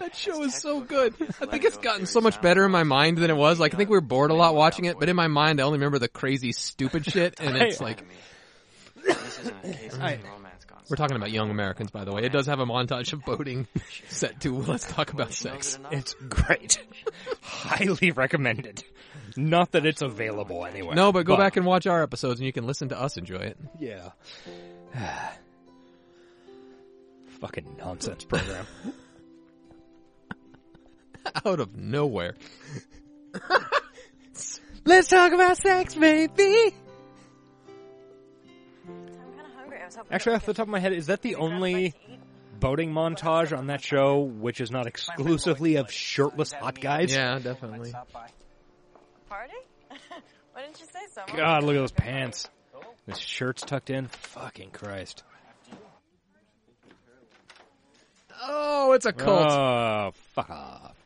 S3: That show is so good. I think it's gotten so much better in my mind than it was. Like I think we were bored a lot watching it, but in my mind I only remember the crazy stupid shit and it's like
S5: *laughs* This isn't a case of
S2: I-
S5: romance gone.
S3: we're talking about young Americans by the way. It does have a montage of
S5: *laughs*
S3: boating set to let's talk about sex.
S2: It's great. Highly *laughs* recommended. Not that it's available anywhere.
S3: No, but go back and watch our episodes and you can listen to us enjoy it. *laughs*
S2: Yeah. *sighs* Fucking nonsense program.
S3: Out of nowhere.
S2: *laughs* Let's talk about sex, baby.
S10: I'm kind of hungry. I was hoping.
S2: Actually, off the top of my head, is that the only boating montage on that show which is not exclusively of shirtless hot guys?
S3: Yeah, definitely.
S10: Party? Why didn't you say something?
S2: God, look at those pants. This shirt's tucked in. Fucking Christ.
S3: Oh, it's a cult.
S2: Oh, fuck off.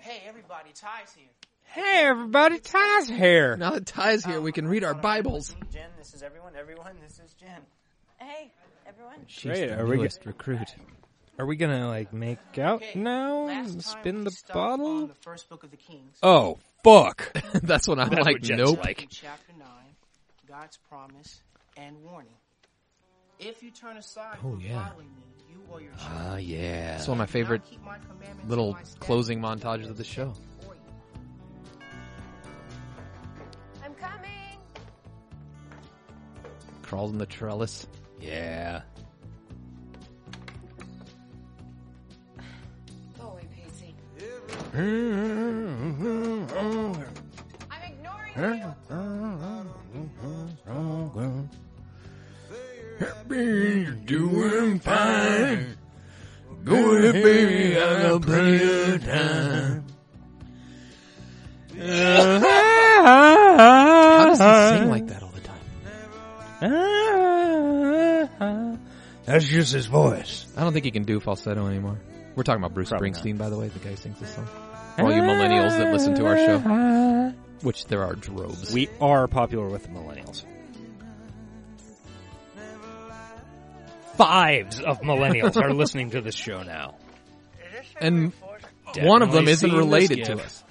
S9: Hey, everybody, Ty's here.
S2: Hey, everybody, Ty's here.
S3: Now that Ty's here, we can read our Bibles.
S9: Jen, this is everyone. Everyone, this is Jen.
S10: Hey, everyone.
S3: She's
S2: Great,
S3: the
S2: are we go-
S3: newest recruit.
S2: Are we gonna like make out now? and
S9: Last time
S2: Spin
S9: we
S2: the
S9: stopped
S2: bottle?
S9: on the first book of the Kings.
S2: Oh fuck!
S3: *laughs* That's what I'm like. Nope.
S9: In chapter 9, God's promise and warning. If you turn aside
S3: Oh,
S9: from
S3: yeah.
S9: following me, you or your children
S3: Ah yeah. It's one of my favorite little closing montages of the show.
S8: I'm coming.
S3: Crawls in the trellis. Yeah.
S8: Go away, Pacey. I'm ignoring you.
S1: Baby, doing fine. Go ahead, baby, I got plenty of time.
S3: How
S2: How
S3: does he sing like that all the time?
S2: Ah, That's just his voice.
S3: I don't think he can do falsetto anymore. We're talking about Bruce
S2: Probably
S3: Springsteen, by the way, the guy who sings this song. For all you millennials that listen to our
S2: Ah.
S3: show, which there are droves.
S2: We are popular with the millennials. Fives of millennials are listening to this show now. *laughs*
S3: and one of them
S2: Definitely
S3: isn't
S2: seen this
S3: related to
S2: gif.
S3: us.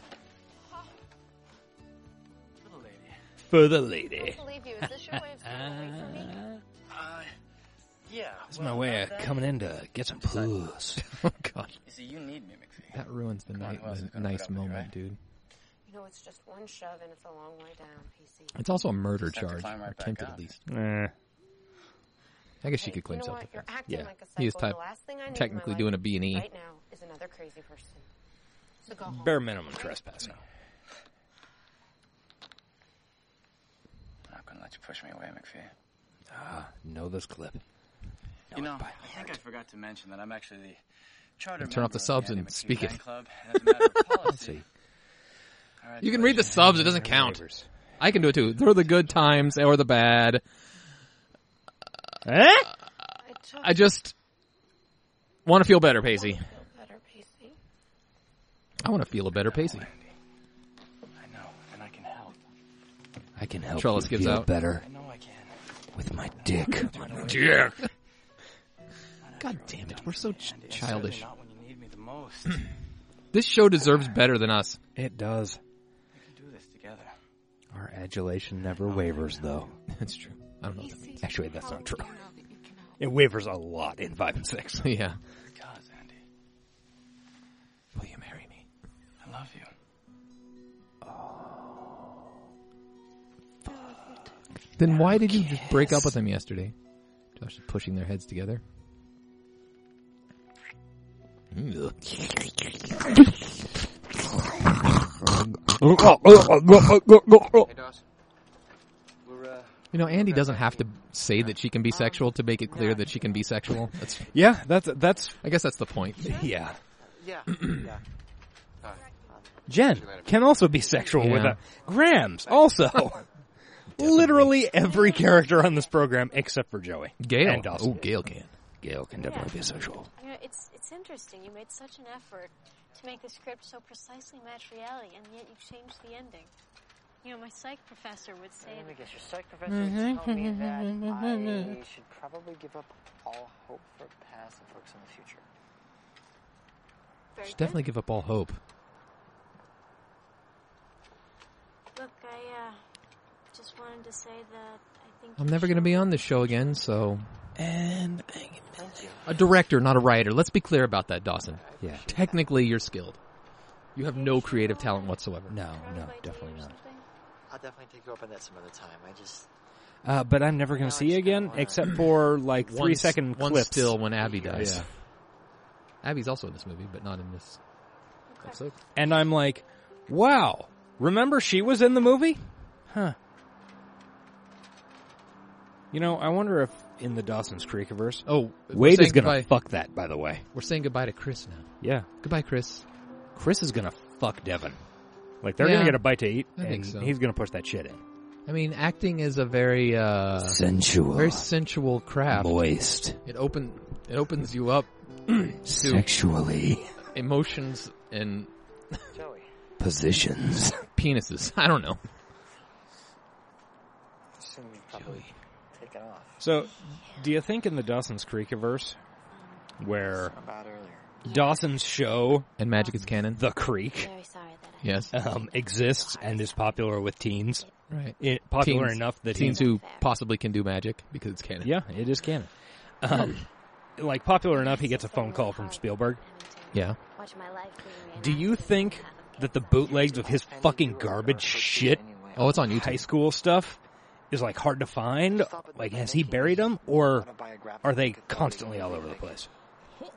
S3: *laughs*
S2: For the lady.
S12: believe you. Is this your
S2: *laughs*
S12: way of staying away from me?
S9: Yeah.
S2: It's my way of coming in to get some *laughs* puss.
S3: oh god,
S5: You see, you need me, McPhee.
S3: that ruins the, night, the nice moment, dude.
S8: You know, it's just one shove and it's a long way down, PC.
S3: It's also a murder
S5: Just have to
S3: charge,
S5: climb right
S3: or
S5: back
S3: attempted
S5: up.
S3: at least.
S2: Eh.
S3: I guess she
S8: Hey,
S3: could claim
S8: you know what? You're
S3: self-defense.
S8: acting like a
S3: he was
S8: psycho.
S3: type,
S8: The last thing I need in my
S3: technically
S8: life
S3: doing a B and E.
S8: Right now is another crazy person. So go home.
S2: Bare minimum trespassing.
S5: I'm not gonna let you push me away, McPhee.
S2: Ah, know this clip.
S5: you know, I think I forgot to mention that I'm actually the charter.
S3: Turn off
S5: member
S3: the
S5: of
S3: subs
S5: Andy
S3: and
S5: McPhee
S3: speak
S5: fan
S3: it.
S5: Club, and as a *laughs* matter of policy, All right,
S3: You can read the
S5: Fletcher.
S3: subs; it doesn't count. I can do it too. They're the good times or the bad.
S2: Eh?
S3: I just want to feel better, Pacey.
S12: Feel better, Pacey.
S3: I want to feel a better Pacey.
S5: I know, and I can help.
S2: I can help
S3: Trellis
S2: you
S3: gives
S2: feel
S3: out.
S2: better
S5: I know I can.
S2: with my dick.
S3: Dick. God damn it, we're so ch-
S5: Andy, and certainly
S3: childish.
S5: Not when you need me the most. we can
S3: *clears throat* This show deserves better than us.
S2: It does.
S5: do this together. Oh,
S2: Our adulation never wavers, though.
S3: That's true. I don't know. What that means.
S2: Actually, that's not true. It wavers a lot in 5 and 6.
S3: *laughs* yeah.
S5: God, Andy,
S3: Will you marry me?
S5: I love you. Oh.
S3: Then why did you just break up with him yesterday? Josh is pushing their heads together. Ugh.
S5: Hey, Dawson. We're uh,
S3: You know, Andy doesn't have to say that she can be sexual to make it clear that she can be sexual. That's,
S2: *laughs* Yeah, that's that's
S3: I guess that's the point.
S2: yeah.
S5: yeah, *clears throat* yeah. All right.
S2: Jen can also be sexual
S3: Yeah.
S2: with a Grams *laughs* also. Literally every character on this program except for Joey.
S3: Gail.
S2: And
S3: Oh,
S2: Dawson.
S3: Gail can.
S2: Gail can definitely be sexual.
S10: You know, it's it's interesting. You made such an effort to make the script so precisely match reality, and yet you changed the ending. You know, my psych professor would say
S6: Let me
S10: that
S6: guess, your psych professor would tell me that I should probably give up all hope for past and focus on the future.
S10: very
S3: Should definitely give up all hope.
S10: good. Look, I uh, just wanted to say that I think
S3: I'm
S10: your
S3: never going to
S10: show-
S3: be on this show again, so.
S2: And
S3: A director, not a writer. Let's be clear about that, Dawson.
S2: yeah.
S3: Technically, you're skilled. You have no creative talent whatsoever.
S2: No,
S10: Run
S2: no,
S10: by day
S2: definitely
S10: or
S2: not.
S10: something. Well,
S6: I'll definitely take you up on that some other time. I just
S2: Uh, but I'm never going to
S6: No,
S2: see you
S6: it's kinda
S2: again
S6: wild.
S2: except for
S3: *clears throat*
S2: like
S3: One
S2: three
S3: s-
S2: second
S3: one
S2: clips.
S3: still when Abby dies.
S2: Yeah.
S3: Abby's also in this movie, but not in this episode.
S2: And I'm like, wow, remember she was in the movie? Huh. You know, I wonder if in the Dawson's Creekiverse,
S3: Oh, we're
S2: Wade
S3: saying
S2: is going to
S3: goodbye-
S2: fuck that, by the way.
S3: We're saying goodbye to Chris now.
S2: Yeah.
S3: Goodbye, Chris.
S2: Chris is going to fuck Devin. Like, they're
S3: Yeah.
S2: going to get a bite to eat,
S3: I
S2: and
S3: think so.
S2: he's going to push that shit in.
S3: I mean, acting is a very uh,
S2: Sensual.
S3: very sensual craft.
S2: moist.
S3: It open it opens you up *clears throat*
S2: Sexually.
S3: emotions and
S6: Joey.
S2: Positions.
S3: penises. *laughs* I don't know.
S6: Soon we probably taken off.
S2: So, do you think in the Dawson's Creekiverse, where Dawson's show
S3: and Magic is Canon,
S2: The Creek,
S3: Yes.
S2: um, exists and is popular with teens,
S3: Right.
S2: It, popular
S3: Teens-
S2: enough that
S3: teens
S2: he-
S3: who possibly can do magic because it's canon.
S2: yeah, it is canon. Um, like popular enough, he gets a phone call from Spielberg.
S3: Yeah.
S11: Watch my life being
S2: Do you think that the bootlegs of his fucking garbage shit?
S3: Oh, it's on YouTube.
S2: High school stuff is like hard to find. Like, has he buried them, or are they constantly all over the place?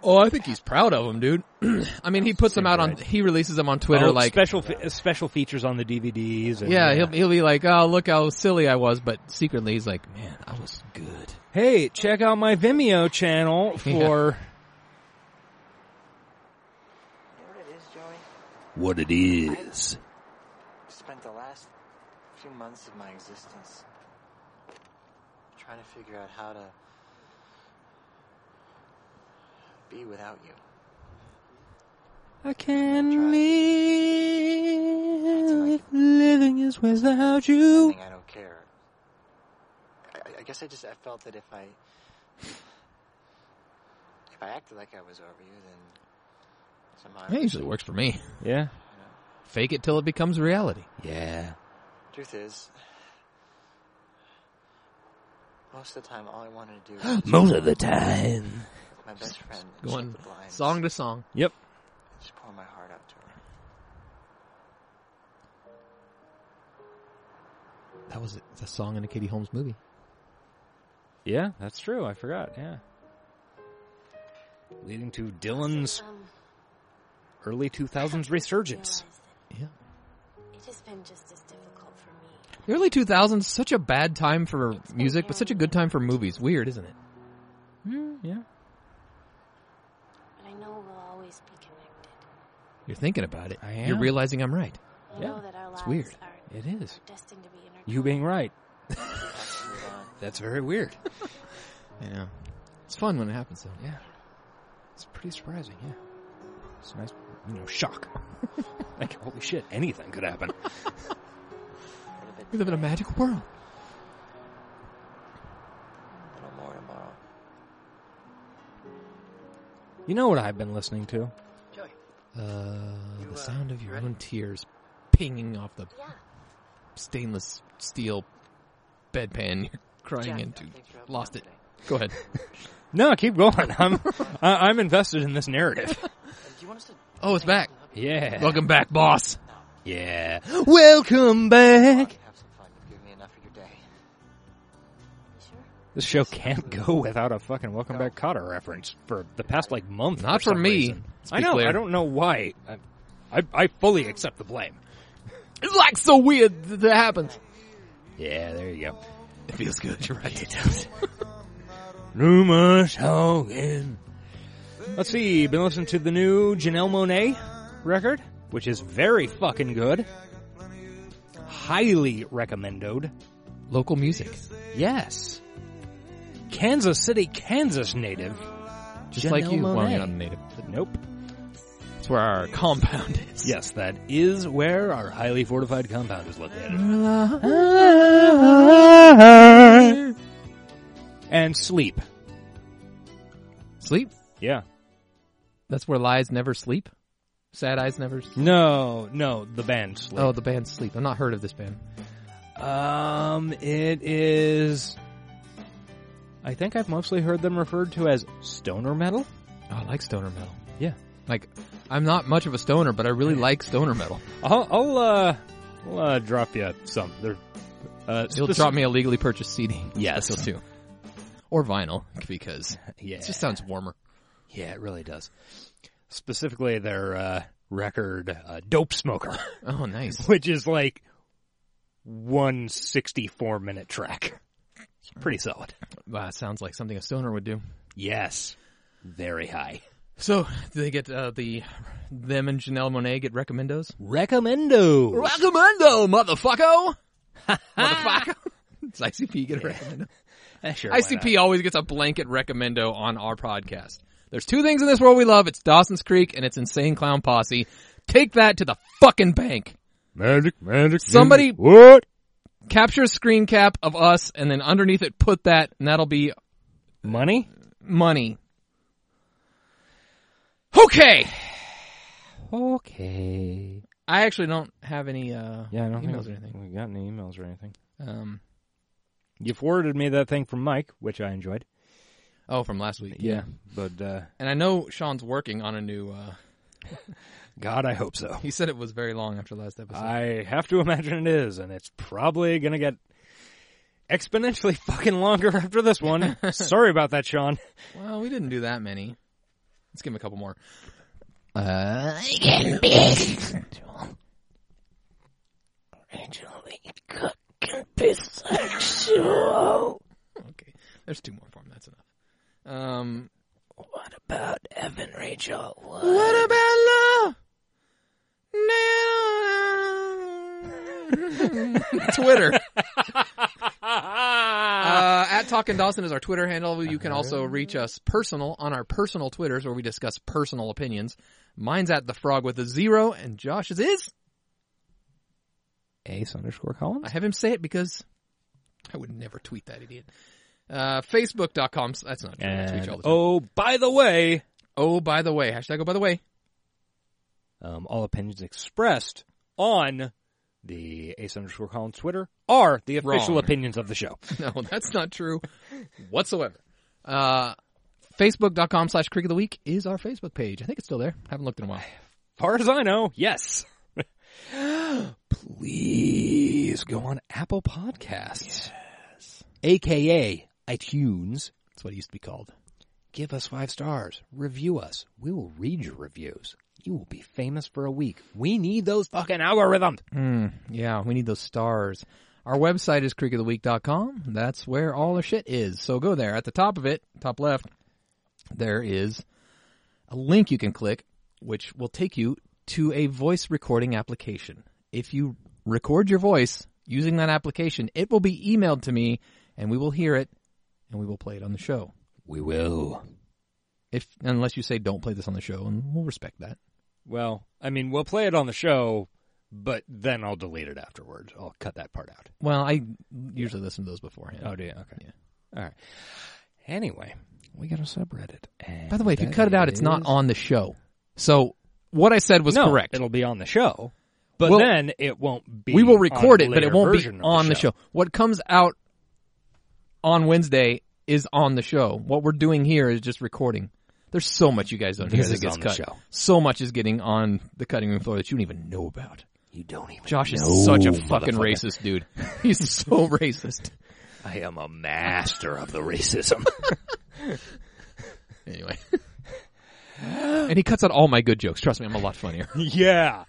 S3: Oh, I think he's proud of them, dude. *clears throat* I mean, he puts them out on. He releases them on Twitter
S2: Oh,
S3: like
S2: special fe- special features on the DVDs. And,
S3: Yeah, he'll he'll be like, "Oh, look how silly I was," but secretly he's like, "Man, I was good."
S2: Hey, check out my Vimeo
S3: *laughs*
S2: channel for
S6: It is, Joey.
S2: what it is.
S6: Spent the last few months of my existence trying to figure out how to be without you.
S2: I can live. Living is without you.
S6: I don't care. I, I guess I just I felt that if I if I acted like I was over you, then somehow. I
S3: That
S6: was-
S3: usually works for me.
S2: Yeah.
S3: Fake it till it becomes reality.
S2: Yeah.
S6: Truth is, most of the time, all I wanted to do. was-
S2: Most of the time.
S6: My best friend. and
S3: Going
S6: shut the blinds,
S3: song to song.
S2: Yep.
S6: Just pour my heart out to her.
S3: That was the song in a Katie Holmes movie.
S2: Yeah, that's true. I forgot. Yeah. Leading to Dylan's early 2000s resurgence.
S11: It has been just as difficult for me.
S3: The early 2000s, such a bad time for music, but such a good time for movies. Weird, isn't it? yeah.
S11: But I know we'll always be connected.
S3: You're thinking about it.
S2: I am.
S3: You're realizing I'm right.
S11: I know that our
S3: It's
S11: lives
S3: weird.
S11: are
S2: It is.
S11: destined to be intertwined.
S2: You being right. *laughs* that's very weird.
S3: I know. It's fun when it happens, though.
S2: Yeah. It's pretty surprising, yeah. It's a nice, you know, shock. *laughs* like, holy shit, anything could happen.
S3: We live in a magic world.
S6: A little more tomorrow.
S2: you know what I've been listening to?
S3: Uh, the sound of your own tears pinging off the stainless steel bedpan *laughs* you're crying into. Lost it. Go ahead.
S2: No, keep going. I'm I- I'm invested in this narrative.
S6: Do you want us to?
S3: Oh, it's back.
S2: *laughs* Yeah.
S3: Welcome back, boss.
S2: Yeah. Welcome back.
S6: Have some fun. You've given me enough of your day.
S2: This show can't go without a fucking Welcome Back Cotter reference for the past like month.
S3: Not for
S2: some
S3: me.
S2: reason.
S3: Let's be
S2: I know.
S3: clear.
S2: I don't know why. I, I I fully accept the blame.
S3: It's like so weird that, that happens.
S2: Yeah, there you go.
S3: It feels good. You're right. It does.
S2: Too much talking. Let's see. Been listening to the new Janelle Monet record, which is very fucking good. Highly recommended.
S3: Local music.
S2: Yes. Kansas City, Kansas native.
S3: Just
S2: Janelle
S3: like you. Well,
S2: Monáe.
S3: you're not a native. but
S2: Nope.
S3: It's where our compound is.
S2: Yes, that is where our highly fortified compound is located. *laughs* And sleep.
S3: Sleep.
S2: Yeah.
S3: That's where lies never sleep. Sad eyes never. Sleep.
S2: No, no, the band sleep.
S3: Oh, the band Sleep. I've not heard of this band.
S2: Um, it is. I think I've mostly heard them referred to as stoner metal.
S3: Oh, I like stoner metal.
S2: Yeah.
S3: Like, I'm not much of a stoner, but I really like stoner metal.
S2: I'll, I'll uh, I'll, uh, drop you some. They're, uh,
S3: You'll
S2: speci-
S3: drop me a legally purchased CD.
S2: Yes.
S3: You'll too. Or vinyl, because
S2: Yeah.
S3: it just sounds warmer.
S2: Yeah, it really does. Specifically, their uh, record uh, "Dope
S3: *laughs*
S2: Smoker,"
S3: Oh, nice.
S2: *laughs* which is like one sixty-four minute track. It's pretty solid.
S3: Wow, it sounds like something a stoner would do.
S2: Yes, very high.
S3: So, do they get uh, the them and Janelle Monet get recommendos?
S2: Recommendo.
S3: Recommendo, motherfucker! *laughs* motherfucker! Does ICP get a recommendo?
S2: Eh, sure, why not?
S3: ICP always gets a blanket recommendo on our podcast. There's two things in this world we love. It's Dawson's Creek and it's Insane Clown Posse. Take that to the fucking bank.
S1: Magic, magic.
S3: Somebody
S1: Magic. What?
S3: capture a screen cap of us, and then underneath it, put that, and that'll be
S2: money.
S3: Money. Okay.
S2: Okay.
S3: I actually don't have any. Uh,
S2: Yeah, I don't
S3: emails
S2: think
S3: or anything.
S2: we got any emails or anything.
S3: Um,
S2: You forwarded me that thing from Mike, which I enjoyed.
S3: oh, from last week.
S2: but uh,
S3: And I know Sean's working on a new. Uh,
S2: God, I hope so.
S3: He said it was very long after last episode.
S2: I have to imagine it is, and it's probably gonna get exponentially *laughs* fucking longer after this *laughs* one. Sorry about that, Sean.
S3: well, we didn't do that many. Let's give him a couple more.
S6: Uh,
S3: Okay, there's two more for him. That's enough. Um, what about Evan Rachel? What, about love? *laughs* Twitter. *laughs* uh, at Talkin' Dawson is our Twitter handle. You can also reach us personal on our personal Twitters where we discuss personal opinions. Mine's at the frog with a zero, and Josh's is.
S2: Ace underscore Collins.
S3: I have him say it because I would never tweet that idiot. Uh, Facebook.com. That's not true. I tweet you all the time.
S2: oh, by the way,
S3: Oh, by the way, hashtag oh, by the way. *laughs*
S2: um, all opinions expressed on the Ace underscore Collins Twitter are the official
S3: Wrong.
S2: opinions of the show.
S3: No, that's not true whatsoever. Uh, Facebook.com slash Creek of the Week is our Facebook page. I think it's still there. Haven't looked in a while.
S2: far as I know, yes. *gasps* Please go on Apple Podcasts, aka iTunes.
S3: That's what it used to be called.
S2: Give us five stars. Review us. We will read your reviews. You will be famous for a week. We need those fucking algorithms.
S3: Hmm, Yeah, we need those stars. Our website is creekoftheweek.com. That's where all the shit is. So go there. At the top of it, top left, there is a link you can click, which will take you to a voice recording application. If you record your voice using that application, it will be emailed to me and we will hear it and we will play it on the show.
S2: We will.
S3: If unless you say don't play this on the show and we'll respect that.
S2: Well, I mean, we'll play it on the show, but then I'll delete it afterwards. I'll cut that part out.
S3: Well, I usually listen to those beforehand.
S2: do you? Okay. All right. Anyway, we got a subreddit.
S3: By the way, if you cut it out, it's not on the show. So what I said was
S2: no,
S3: correct.
S2: It'll be on the show, but
S3: Well,
S2: then it won't be.
S3: We will
S2: on
S3: record
S2: a
S3: it, but it
S2: later
S3: won't be
S2: version of
S3: on the show. What comes out on Wednesday is on the show. What we're doing here is just recording. There's so much you guys don't hear
S2: This
S3: that
S2: is
S3: gets
S2: on the
S3: cut.
S2: show.
S3: So much is getting on the cutting room floor that you don't even know about.
S2: You don't even.
S3: Josh is
S2: know,
S3: such a fucking
S2: motherfucker.
S3: racist dude.
S2: *laughs*
S3: He's so racist.
S2: I am a master of the racism.
S3: Anyway. *laughs* and he cuts out all my good jokes. Trust me, I'm a lot funnier.
S2: yeah.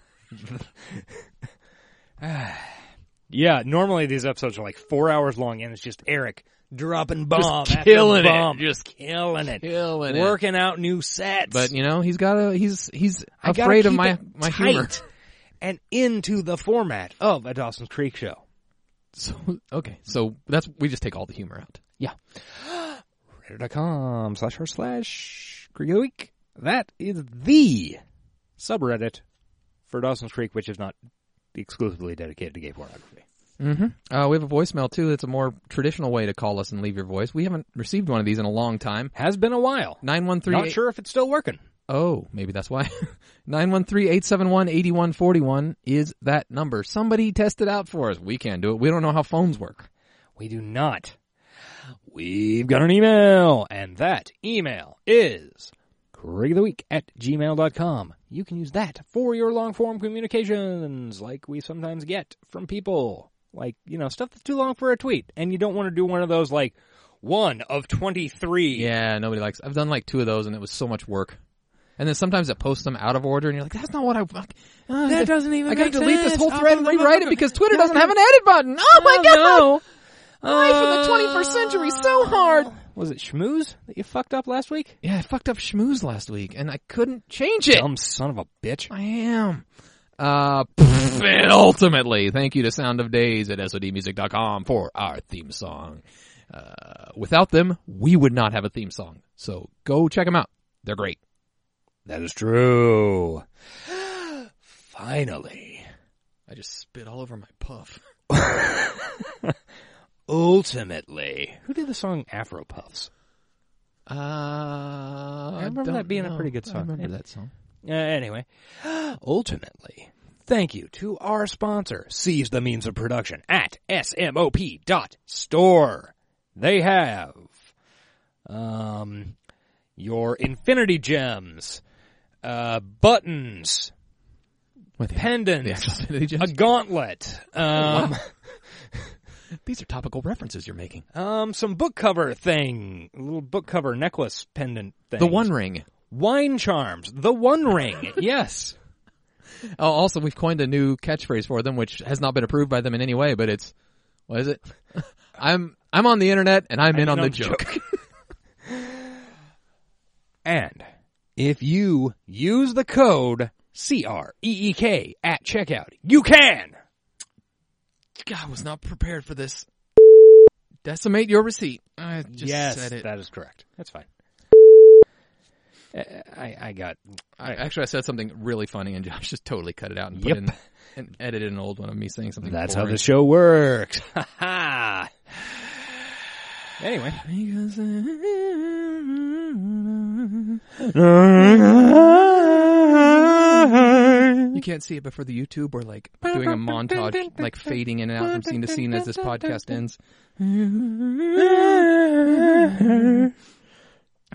S2: *sighs* yeah. Normally these episodes are like four hours long, and it's just Eric dropping bomb, after
S3: killing it.
S2: bomb, just killing it,
S3: Killing it.
S2: working out new sets.
S3: But you know, he's got a he's he's
S2: I gotta
S3: afraid of
S2: keep
S3: my
S2: it
S3: my
S2: tight
S3: humor.
S2: and into the format of a Dawson's Creek show.
S3: *laughs* So okay, so that's we just take all the humor out.
S2: Yeah. Reddit.com slash r slash Creek of the Week. That is the subreddit for Dawson's Creek, which is not exclusively dedicated to gay pornography.
S3: Uh, we have a voicemail too. That's a more traditional way to call us and leave your voice. We haven't received one of these in a long time.
S2: Has been a while.
S3: Nine one three.
S2: Not sure if it's still working.
S3: Oh, maybe that's why. *laughs* Nine one three eight seven one eighty one forty one is that number. Somebody test it out for us. We can't do it. We don't know how phones work.
S2: We do not. We've got an email, and that email is Craig of the Week at gmail.com. You can use that for your long form communications, like we sometimes get from people. Like, you know, stuff that's too long for a tweet, and you don't want to do one of those, like, one of 23.
S3: Yeah, nobody likes. I've done like two of those, and it was so much work. And then sometimes it posts them out of order, and you're like, "That's not what I." fuck- Uh,
S2: That doesn't even
S3: I gotta
S2: make
S3: delete this
S2: sense.
S3: whole
S2: Oh,
S3: thread and rewrite it because Twitter doesn't have an edit button. Oh my god! Life in the 21st century is so hard.
S2: Uh, Was it Schmooze that you fucked up last week?
S3: Yeah, I fucked up schmooze last week, and I couldn't change it.
S2: Dumb son of a bitch.
S3: I am. Uh, *laughs* pfft, ultimately, thank you to Sound of Days at SODmusic.com for our theme song. Uh, without them, we would not have a theme song. So go check them out. They're great.
S2: That is true. *gasps* Finally,
S3: I just spit all over my puff. *laughs*
S2: Ultimately, who did the song Afro Puffs?
S3: Uh, I
S2: I remember
S3: don't
S2: that being
S3: know.
S2: a pretty good song.
S3: I remember that song.
S2: Uh, anyway, *gasps* ultimately, thank you to our sponsor, Seize the Means of Production at smop dot store. They have um, your Infinity Gems, uh, buttons,
S3: *laughs*
S2: pendants, a gauntlet. Um,
S3: Wow. These are topical references you're making.
S2: Um, some book cover thing, a little book cover necklace pendant thing.
S3: The One Ring.
S2: Wine charms. The One
S3: *laughs*
S2: Ring. yes.
S3: Oh, also, we've coined a new catchphrase for them, which has not been approved by them in any way. But it's what
S2: *laughs*
S3: is it? I'm I'm on the internet and I'm, in on the joke. *laughs*
S2: and if you use the code C R E E K at checkout, you can.
S3: God, I was not prepared for this. Decimate your receipt. I just
S2: yes,
S3: said it.
S2: that is correct. That's fine. Uh, I, I got.
S3: I, actually, I said something really funny, and Josh just totally cut it out and
S2: Yep.
S3: put in and edited an old one of me saying something.
S2: That's how
S3: boring.
S2: the
S3: *laughs*
S2: show works. *laughs* Ha ha. Anyway.
S3: You can't see it, but for the YouTube, we're like doing a montage, like fading in and out from scene to scene as this podcast ends.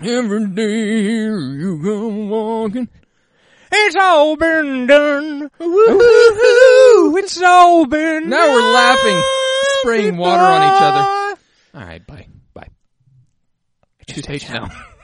S2: Every day you come walking. It's all been done. Woohoo! It's all been
S3: Now we're laughing, spraying water on each other. All right, bye. Bye. I choose hate now.